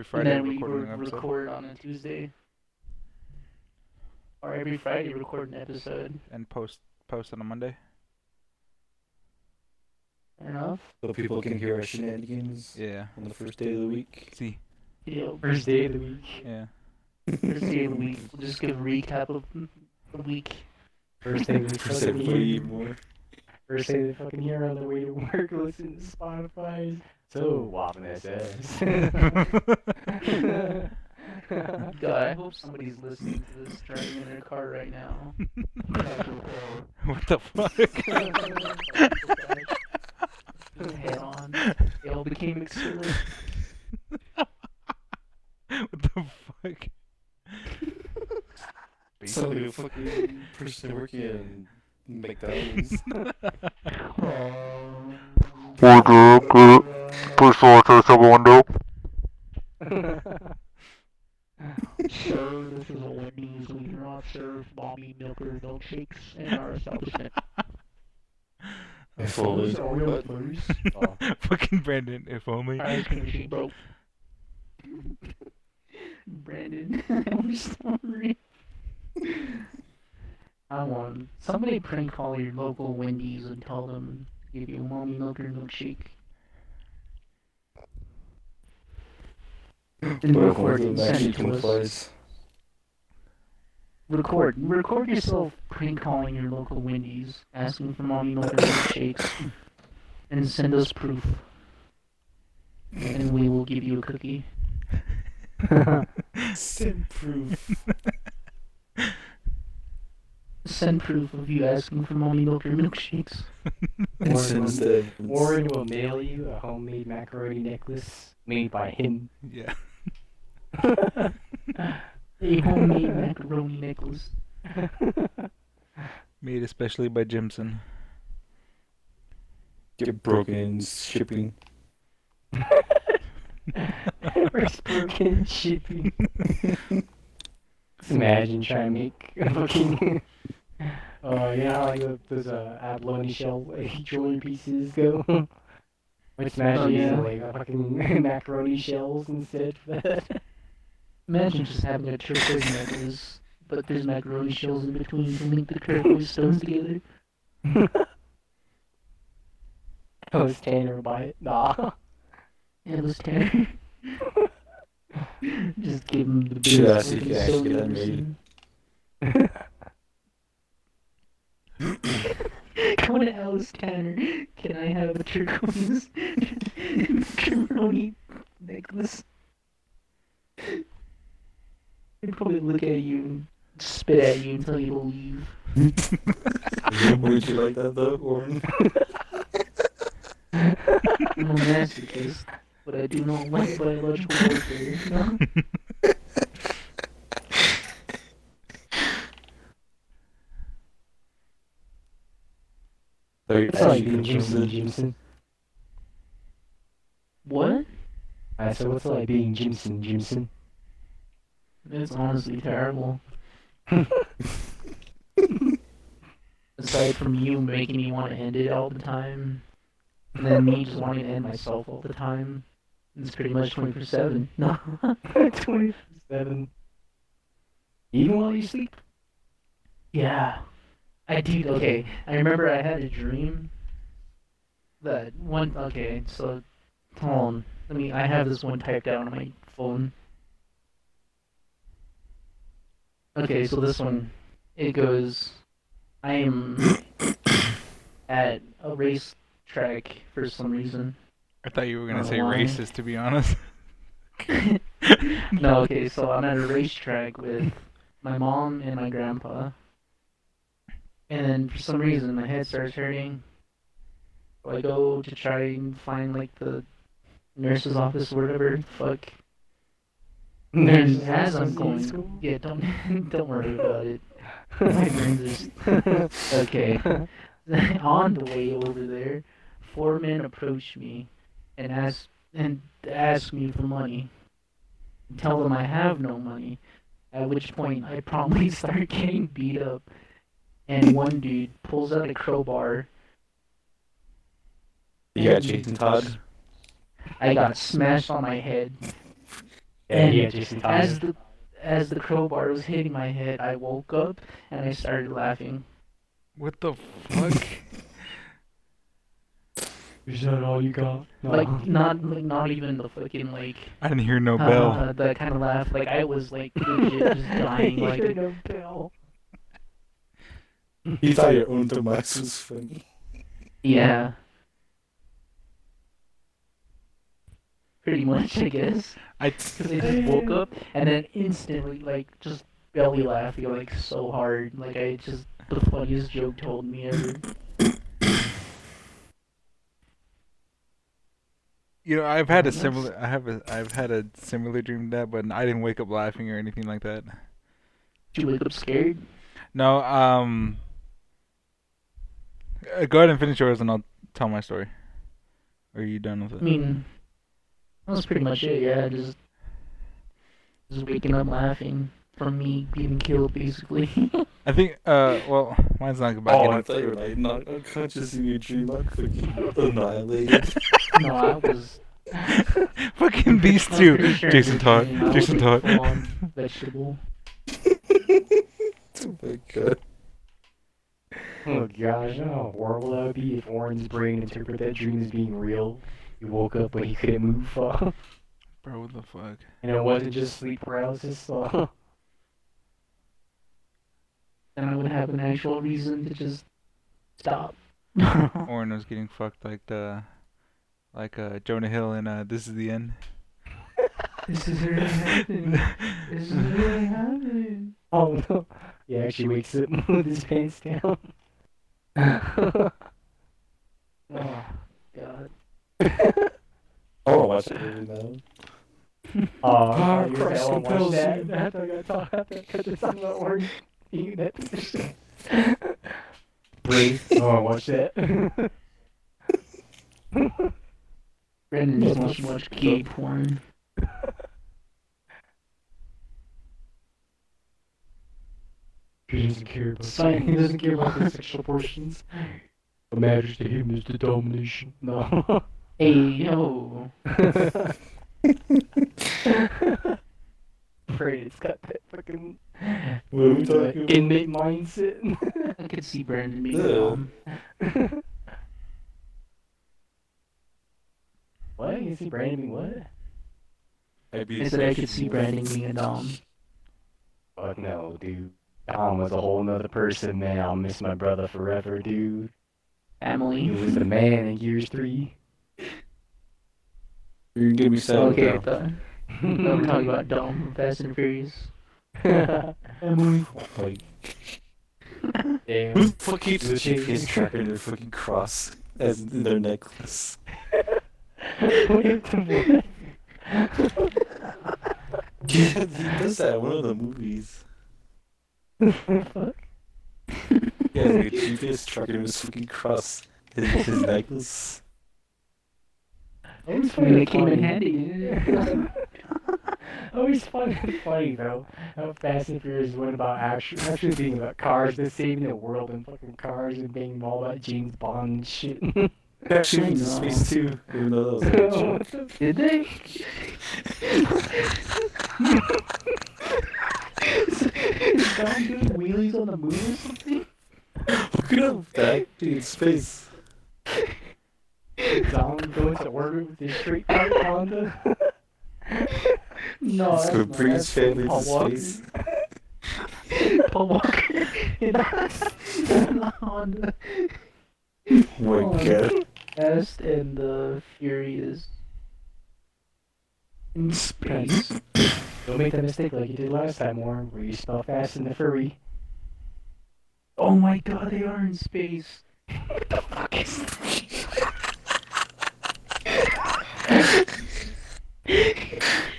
B: And
A: Friday,
B: then we
A: recording
B: would
A: an episode.
B: record on a Tuesday. Or every Friday, record an episode.
A: and post post on a Monday.
B: Fair enough.
D: So people can hear our shenanigans
A: Yeah.
D: on the first day of the week.
A: See.
B: Yeah,
C: First day of the week.
A: Yeah.
B: Thursday of the week. We'll just give a recap of the week.
C: First day of the
D: First
C: fucking
D: everybody
C: year.
D: more.
C: First day of the fucking year on the way to work. [laughs] Listen to Spotify. So whopping his
A: [laughs]
C: ass.
B: God, I hope somebody's listening to this driving in their car right [laughs] now.
A: what the fuck?
B: Head on. They all became extremely.
A: [laughs] what the fuck?
D: So like a fucking person working at [laughs] McDonald's.
E: Push the outside the window.
B: Sir, this is a Wendy's. We do not serve mommy milker milkshakes in our establishment.
D: If only.
B: These are real employees.
A: [laughs] Fucking Brandon, if only.
B: Our [laughs] ice cream machine broke. Brandon, [laughs] I'm sorry. I want somebody prank call your local Wendy's and tell them to give you mommy milker milkshake. Then
D: Or if one
B: record
D: of
B: and
D: them
B: send
D: actually
B: it to us.
D: complies.
B: Record. Record yourself prank calling your local Wendy's, asking for mommy milk or milkshakes, and send us proof. And we will give you a cookie.
D: Send proof.
B: Send proof of you asking for mommy milk or milkshakes.
D: [laughs] And sends the evidence.
C: Warren will mail you a homemade macaroni necklace made
A: [laughs]
C: by him.
A: Yeah.
B: A homemade macaroni necklace.
A: Made especially by Jimson.
D: get broken in shipping. [laughs]
C: First broken shipping. Just Imagine trying to make a fucking. [laughs] Oh, you know how like the- those uh, abalone shell like, [laughs] jewelry pieces go? [laughs] Which imagine
B: Oh, yeah.
C: using like a fucking [laughs] macaroni shells instead for that. [laughs]
B: Imagine just having a turquoise necklace, but there's macaroni shells in between to link the turquoise stones together.
C: Oh, it's Tanner buy it. Nah.
B: Yeah, let's tear. [laughs] Just give him the
D: Should
B: biggest
D: ask if
B: fucking
D: you actually
B: stone
D: got
B: I've ever
D: married.
B: seen. [laughs] Come to Alice Tanner. Can I have a turquoise macaroni necklace? They'd probably look at you and spit at you and tell you to leave.
D: Would you like that though, Warren?
B: I'm a masochist, but I do not like biological warfare. No?
D: [laughs] [laughs] Sorry,
C: That's all
D: actually
C: you can Jimson.
D: confirmed it.
C: Jimson.
B: What?
C: I said, what's it like being Jimson, Jimson?
B: It's honestly terrible. Aside from you making me want to end it all the time, and then me just wanting to end myself all the time, it's pretty much 24 7. [laughs] No.
C: 27. Even while you sleep?
B: Yeah. I do. Okay. I remember I had a dream that one. Okay, so hold on. Let me. I have this one typed down on my phone. Okay, so this one. It goes I am [coughs] at a race track for some reason.
A: I thought you were gonna
B: Oh,
A: say
B: why?
A: racist, to be honest. [laughs]
B: no, okay, so I'm at a racetrack with my mom and my grandpa. And then for some reason, my head starts hurting. So I go to try and find, like, the nurse's office or whatever. Fuck.
C: There's
B: as I'm
C: in
B: going.
C: school?
B: Yeah, don't, [laughs] don't worry about it. [laughs] My brain's just Okay. [laughs] on the way over there, four men approached me and asked and asked me for money. Tell [laughs] them I have no money. At which point I promptly start getting beat up and one dude pulls out a crowbar.
D: You got Jason Todd.
B: I got smashed on my head.
C: Yeah,
B: And
C: yeah, Jason Todd.
B: As the as the crowbar was hitting my head, I woke up and I started laughing.
A: What the
B: [laughs]
A: fuck?
C: Is that all you got? No.
B: Like not like not even the fucking like
A: I didn't hear no bell.
B: uh, that kind of laugh. Like I was like [laughs]
C: [laughs]
B: legit just dying. Like
C: You're no Bill.
D: You thought your own Tomas was funny.
B: yeah. Pretty much, I guess.
A: I
B: Because I just woke up and then instantly, like, just belly laughing, like, so hard. Like, I just, the funniest joke told me ever.
A: you know I've had a
B: Yes.
A: similar I have a I've had a similar dream to that, but I didn't wake up laughing or anything like that.
B: Did you wake up scared?
A: No, um, uh, go ahead and finish yours, and I'll tell my story. Are you done with it?
B: I mean, that was pretty much it, yeah. Just, just waking up laughing from me getting killed, basically. [laughs]
A: I think. Uh, well, mine's not about
D: Oh,
A: getting-
D: I thought you were like not unconscious in your dream, like [laughs] fucking annihilated.
B: no, I was.
A: [laughs] Fucking these
B: I'm
A: two.
B: pretty sure
A: Jason
B: it was
A: Todd.
B: me. I
C: [laughs]
B: was
A: Jason
B: a
A: Todd.
B: full-on Vegetable.
D: oh my god.
C: Oh gosh, you know how horrible that would be if Oren's brain interpreted that dream as being real. He woke up but he couldn't move, [laughs] uh,
A: Bro, what the fuck?
C: [laughs] and it wasn't just sleep paralysis. Uh,
B: Then I would have an actual reason to just stop.
A: Orin was getting fucked like the, like uh, Jonah Hill in uh, This Is the End.
B: this is really happening. This is really happening.
C: oh no, he actually wakes up [laughs] with his pants down. Ah,
B: Oh, God.
D: [laughs] Oh, I watched it really now.
C: Oh,
D: you're gonna
C: you
D: watch
C: watch
D: that?
C: that. I thought I thought I could just talk about Oren being in that position. Breathe. Oh, watch that.
B: Brandon just watching much gay porn.
C: He doesn't care about
B: Science.
C: he doesn't care about the sexual portions. What matters to him is the domination. [laughs] No.
B: Hey, yo.
C: Afraid it's got that fucking
D: What are we
C: uh,
D: talking about?
C: inmate mindset.
B: [laughs] I could see Brandon being
D: Ugh.
B: dumb.
C: what? You see Brandon being what?
D: I
B: I
D: beat
B: said I could see Brandon being a dumb.
C: Fuck no, dude. Tom was a whole nother person, man. I'll miss my brother forever, dude. He
B: Emily.
C: was the man in Gears 3.
D: You're gonna give me sound.
B: Okay, I
D: now.
B: thought we were talking about dumb from Fast and Furious. [laughs]
C: Emily.
D: Like,
C: Damn.
D: [laughs] who the fuck keeps the GPS tracker in their fucking cross as in their necklace? [laughs]
C: Wait, what?
D: Yeah, he does that in one of the movies.
C: [laughs]
D: Yeah, the GPS tracker in his fucking cross, his, his necklace.
C: Always
B: I mean, it came
C: funny.
B: in handy.
C: [laughs] Always fun and funny though. How Fast and Furious went about actually, actually being about cars, they're saving the world and fucking cars and being all about James Bond and shit. [laughs]
D: Actually, went to
B: No.
D: space too, even though that was like, [laughs]
C: What the
B: Did
C: [laughs]
B: they? Sound doing wheelies on the moon or something?
D: look at him back in space.
C: f- Dom going to orbit with his straight pipe Honda?
B: No,
D: He's gonna
B: that's not-
D: bring
B: that's
D: his family to
B: Paul Walker.
D: space.
B: Paul Walker [laughs] in a, in a Honda.
D: Oh my god.
B: Fast and the Furious in space.
C: [coughs] Don't make that mistake like you did last time, Warren, where you spell fast in the furry.
B: Oh my god, they are in space. what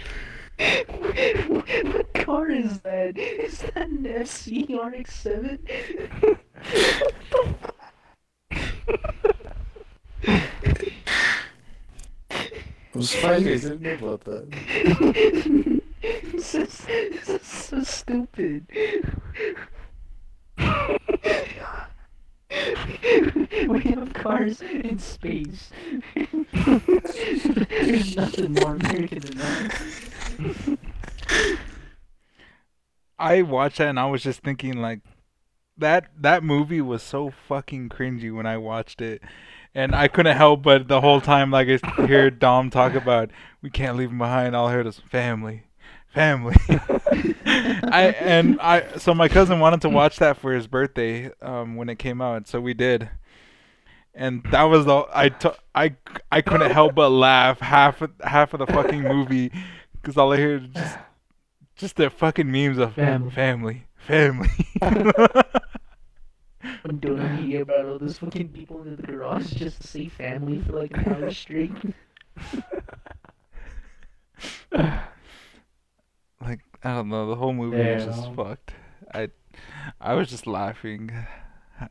B: the fuck is What car is that? Is that an FC [laughs] RX-7?
D: I'm surprised you guys didn't know about that.
B: this, is, this is so stupid. we have cars in space. There's nothing more American than that.
A: I watched that and I was just thinking like that that movie was so fucking cringy when I watched it. And I couldn't help but the whole time like I hear Dom talk about we can't leave him behind, all I heard was family. Family. [laughs] I and I so my cousin wanted to watch that for his birthday, um, when it came out, so we did. And that was the I to- I I couldn't help but laugh half of, half of the fucking movie because all I hear is just just the fucking memes of
B: Family.
A: family, family. [laughs]
B: When Dona Media brought all those fucking people into the garage just to see family for like an hour straight.
A: like I don't know, the whole movie was just
C: Damn.
A: fucked. I I was just laughing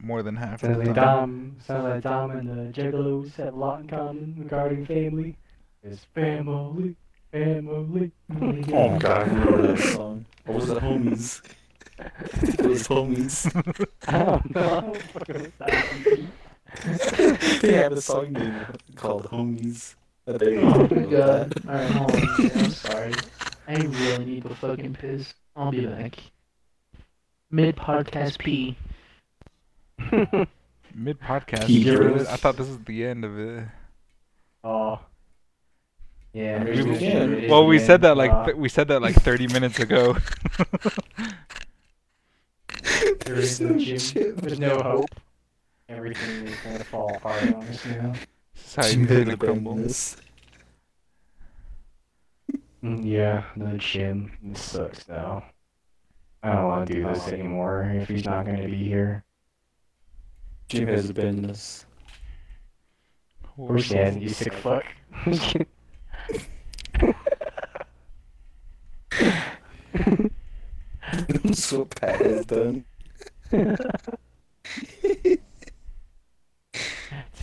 A: more than half
C: Sounds
A: of the
C: like
A: time.
C: Dom, sounds like Dom and the Juggalos have a lot in common regarding family. It's family,
B: [laughs]
C: family.
D: Oh my god, [laughs] I remember that song. Or was it [laughs] homies? it was [laughs] homies.
C: [laughs] I don't know. I'm
B: [laughs]
C: fucking with that.
D: [laughs] they have a song name called [laughs] Homies. I think
B: Oh my
D: about
B: god.
D: that.
B: Alright, hold on. I'm sorry. I really need to fucking piss. I'll be back. Mid podcast pee.
A: Mid podcast,
D: Peak
C: Heroes.
A: I thought this is the end of it.
C: Oh. Yeah.
D: We
C: maybe
D: can.
C: should-
A: Well, we
D: man,
A: said that like
C: uh,
A: th- we said that like 30 minutes
C: [laughs]
A: ago. [laughs]
C: There's no gym. There's no hope. Everything is gonna fall apart on us now.
A: Society's gonna crumble.
D: This.
C: Mm, Yeah, no gym. This sucks now. I don't want to do this anymore if he's not gonna be here.
D: Jim has abandoned [laughs] us.
A: Oh,
C: Or Shan, you sick fuck. [laughs]
D: That's what Pat has [laughs] done.
C: you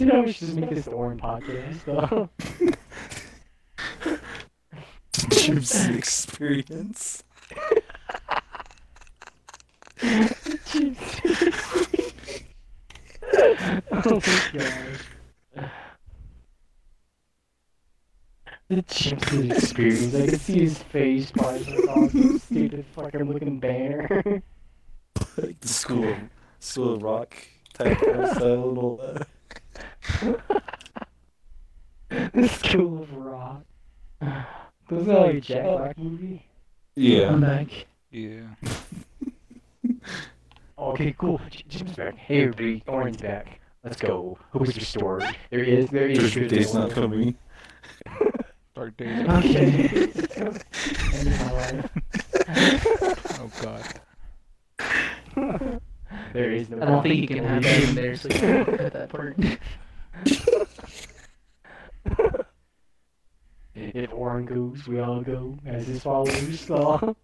C: know, we should just make this the Orin podcast, though. [laughs]
D: Jim's experience.
C: oh my god. The Chimps experience. I can see his face probably like on some stupid fucking looking banner. [laughs]
D: Like the school of, school of rock [laughs] type of style and all that.
C: the School of Rock. Doesn't that like a Jack Black movie?
D: Yeah.
B: I'm back.
A: Yeah.
C: Okay, cool. J- Jim's back. Hey, everybody. Orin's back. Let's go. Hope is restored. There is, there is.
D: Your day's not coming.
A: Dark days. are-
C: [laughs] Okay.
D: [laughs]
C: End of my life.
A: Oh god.
C: There is no.
B: I don't think you can have that in there, so you can cut that [laughs] part.
C: If Orin goes, we all go, as his followers saw.
B: God,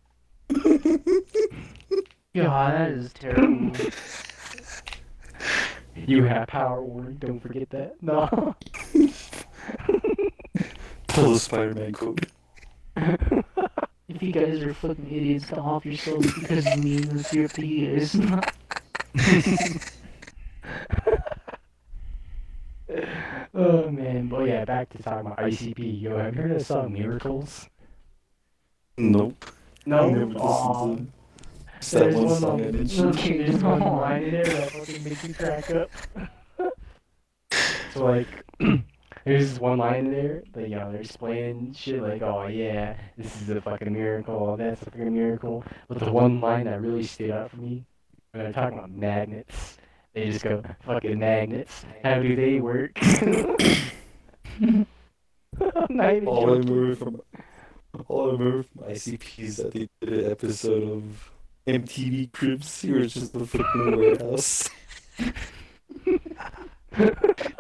B: that is terrible.
C: You have power, Orin. Don't forget that. [laughs] No.
D: Pull the Spider Man quote.
B: If you guys are fucking idiots, go off yourselves because of me and this your pee is not.
C: oh man, but yeah, back to talking about ICP. Yo, have you heard that song Miracles?
D: Nope.
C: No.
D: never listened
C: Aw.
D: to it. It's that
C: There's
D: one
C: one
D: song I
C: on-
D: mentioned.
B: Okay,
C: There's one line in there that fucking makes me crack up. so like, [clears throat] there's this one line in there that you know they're explaining shit like, oh yeah, this is a fucking miracle, oh, that's a fucking miracle. But the one line that really stood out for me when they're talking about magnets, they just go fucking magnets. How do they work? [laughs] Not even
D: All I
C: joking.
D: remember from all I remember from ICP is that they did an episode of MTV Cribs. Here it's just the fucking warehouse. [laughs]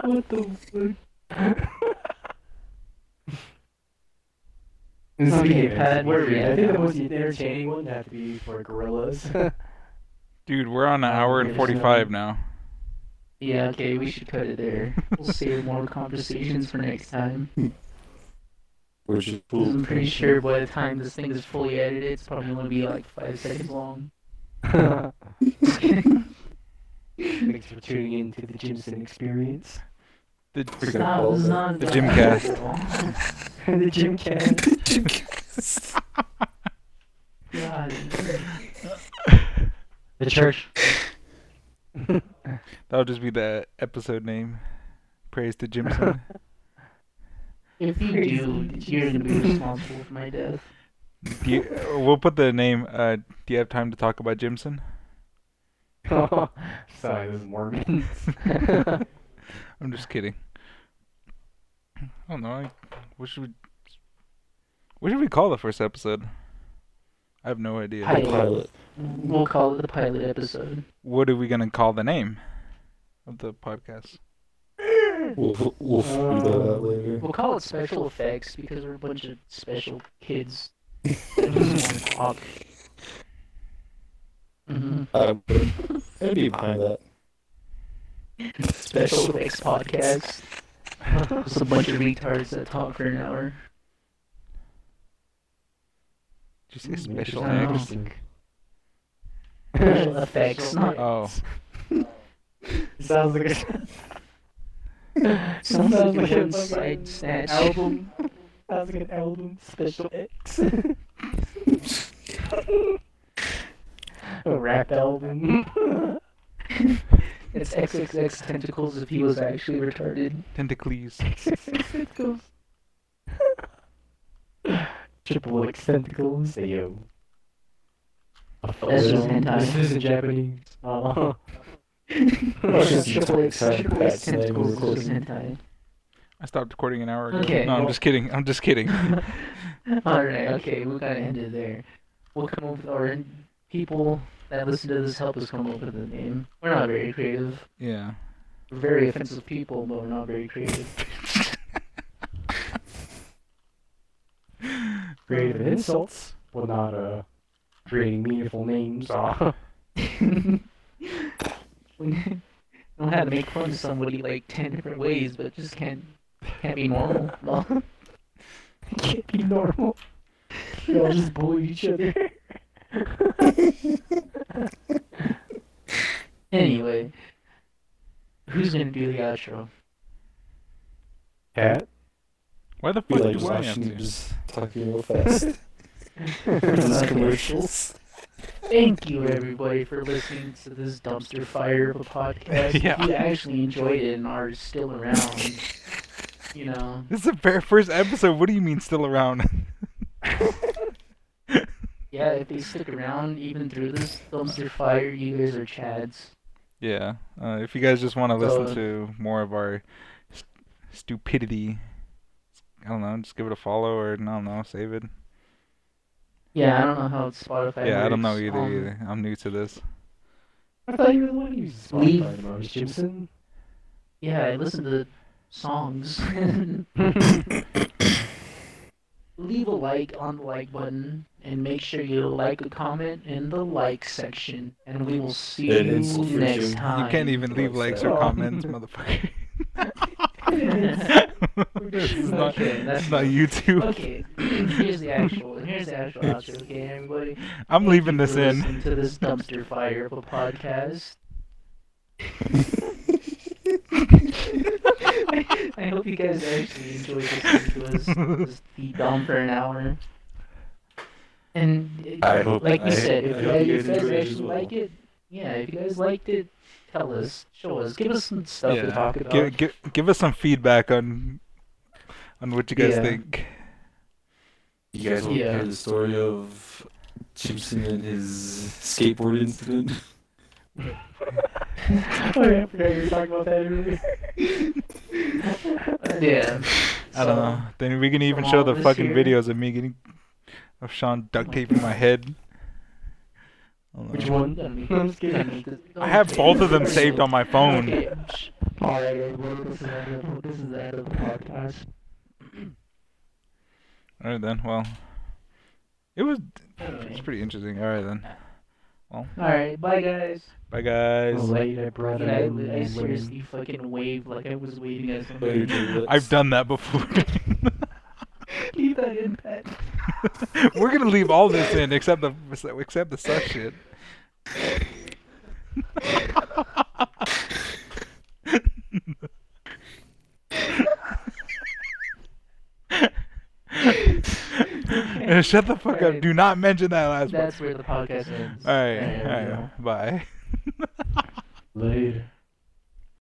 B: What the fuck?
C: It's
B: Okay,
C: okay,
B: Pat,
C: where are
B: where we
C: we
B: at
C: I think the
B: now?
C: most entertaining one had to be for
B: [laughs]
C: gorillas. [laughs]
A: Dude, we're on an hour and
C: There's [laughs]
A: 45 now.
B: [laughs] Yeah, okay, we should cut it there. We'll save more conversations for next time.
D: We're just
B: 'Cause I'm pretty sure by the time this thing is fully edited, it's probably gonna be like five seconds long.
C: Thanks for tuning in to the Jimson
B: [laughs]
C: Experience.
D: We're gonna
B: Stop,
D: call
B: this is
D: that.
B: not
A: The
B: about-
A: Gymcast.
C: the Jim Cast.
B: [laughs] God.
C: The
B: [laughs]
C: church. [laughs]
A: That'll just be the episode name. Praise
C: [laughs]
A: to Jimson.
B: If you do, you're gonna be responsible for my death.
A: Do you, uh, we'll put the name. Uh, do you have time to talk about Jimson?
C: Sorry, this is Mormon.
A: [laughs] I'm just kidding. I don't know. I, what should we? What should we call the first episode? I have no idea.
B: Hi.
D: Pilot.
B: We'll call it the pilot episode.
A: What are we gonna call the name of the podcast?
D: We'll, we'll, we'll figure that out later.
B: We'll call it special effects because we're a bunch of special [laughs] kids. mm-hmm.
D: Um, I'd be behind that.
B: Special effects podcast. Just a bunch of retards that talk for an hour.
A: Did you say
C: Mm,
A: special
D: uh,
B: I don't
A: X?
C: Interesting.
B: [laughs] Special effects, not
A: Oh,
C: Sounds like a,
B: sounds
C: like
B: like a
C: a
B: fucking
C: fucking
B: side
C: [laughs]
B: snatch.
C: album. sounds like an album special X. [laughs] a rap album. [laughs]
B: It's XXX tentacles if he was actually [laughs] retarded.
A: tentacles.
C: Triple X tentacles. Hey yo.
B: That's just hentai.
C: This is in Japanese. [laughs] Uh,
B: Triple X, triple X
D: That's the name of
B: tentacles
D: the
B: is just hentai.
A: I stopped recording an hour ago.
B: Okay,
A: no, I'm
B: well-
A: just kidding. I'm just kidding.
B: [laughs] Alright, okay, we gotta end it there. We'll come up with our people that listen to this help us come up with a name. We're not very creative.
A: Yeah.
B: We're very offensive people, but we're not very creative. [laughs]
C: creative insults. Well, not uh, creating meaningful names. [laughs] Uh,
B: we know how to make fun of somebody like ten different ways, but just can't can't be normal. [laughs] No.
C: can't be normal. They all just bully each other.
B: anyway, who's gonna do the outro?
C: Cat.
A: Why the
D: Be
A: fuck
D: like
A: do I have
D: watching you
A: to?
D: just talking real
A: [laughs]
D: fast. Those
B: Okay.
D: commercials.
B: Thank you everybody for listening to this dumpster fire of a podcast.
A: [laughs] Yeah.
B: If you actually enjoyed it and are still around, you know.
A: This is the very first episode. What do you mean still around?
B: Yeah, if they stick around even through this dumpster fire, you guys are Chads.
A: yeah. Uh, if you guys just want to
B: So-
A: listen to more of our st- stupidity, I don't know. Just give it a follow or I don't know. Save it.
B: Yeah, I don't know how Spotify
A: yeah, I don't know
B: works,
A: either.
B: um,
A: either. I'm new to this.
C: I thought you were the one who used
B: Leave.
C: Spotify, Moses [laughs] Jimson.
B: Yeah, I listen to songs. [laughs]
C: Oh,
B: Leave a like on the like button and make sure you like a comment in the like section. And we will see
D: It
B: you
D: is freaking-
B: next
D: You
B: time.
A: You can't even leave
D: Like
A: likes
B: [laughs]
D: that.
A: or comments, motherfucker. this is not,
B: Okay,
A: this is
B: that's-
A: not YouTube.
B: Okay, [clears throat] here's the actual. Here's the actual outro. Okay, everybody.
A: I'm
B: Thank
A: leaving
B: you
A: this
B: for
A: in. [laughs]
B: listening to this dumpster fire of a podcast. [laughs] I, I hope you guys actually enjoyed listening to
A: [laughs]
B: us just be dumb for an hour. And it-
D: I hope-
B: like
D: I-
B: we said, if
D: I
B: you
D: hope
B: guys,
D: you
B: if you guys
D: enjoyed it as
B: actually
D: well.
B: like it, yeah, if you guys liked it, tell us, show us, give us some stuff to talk about.
A: Give, give, give us some feedback on on what you guys
B: Yeah.
A: think.
D: You guys want to
B: Yeah.
D: hear the story of Jimson and his skateboard incident?
C: Oh, yeah, I forgot you were talking about that earlier.
B: yeah.
A: I don't
B: So, [laughs]
A: know. Then we can even
B: from
A: show
B: all
A: the
B: this
A: fucking
B: here- Oh.
A: videos of me getting of Sean duct taping my head. I don't know.
B: Which one? Don't
C: I'm just kidding.
B: make this-
A: I have both of them saved on my phone.
B: Okay. All right, everyone, this is the end of- this is the end of the podcast.
A: All right then. Well, it was it's
B: Anyway.
A: pretty interesting. All right then.
B: All right, bye guys.
A: Bye guys.
C: Later, brother.
B: Dude, I,
C: and
B: I
C: women.
B: seriously fucking waved like I was waving at somebody.
D: Later, Jim.
A: I've done that before. [laughs]
B: [laughs] Leave that in, Pat.
A: We're gonna leave all this in except the except the suck shit. Shut the fuck up.
B: Alright.
A: Do not mention that last one.
B: That's where the podcast ends.
A: All right.
B: There we
A: All right. Bye.
C: Later.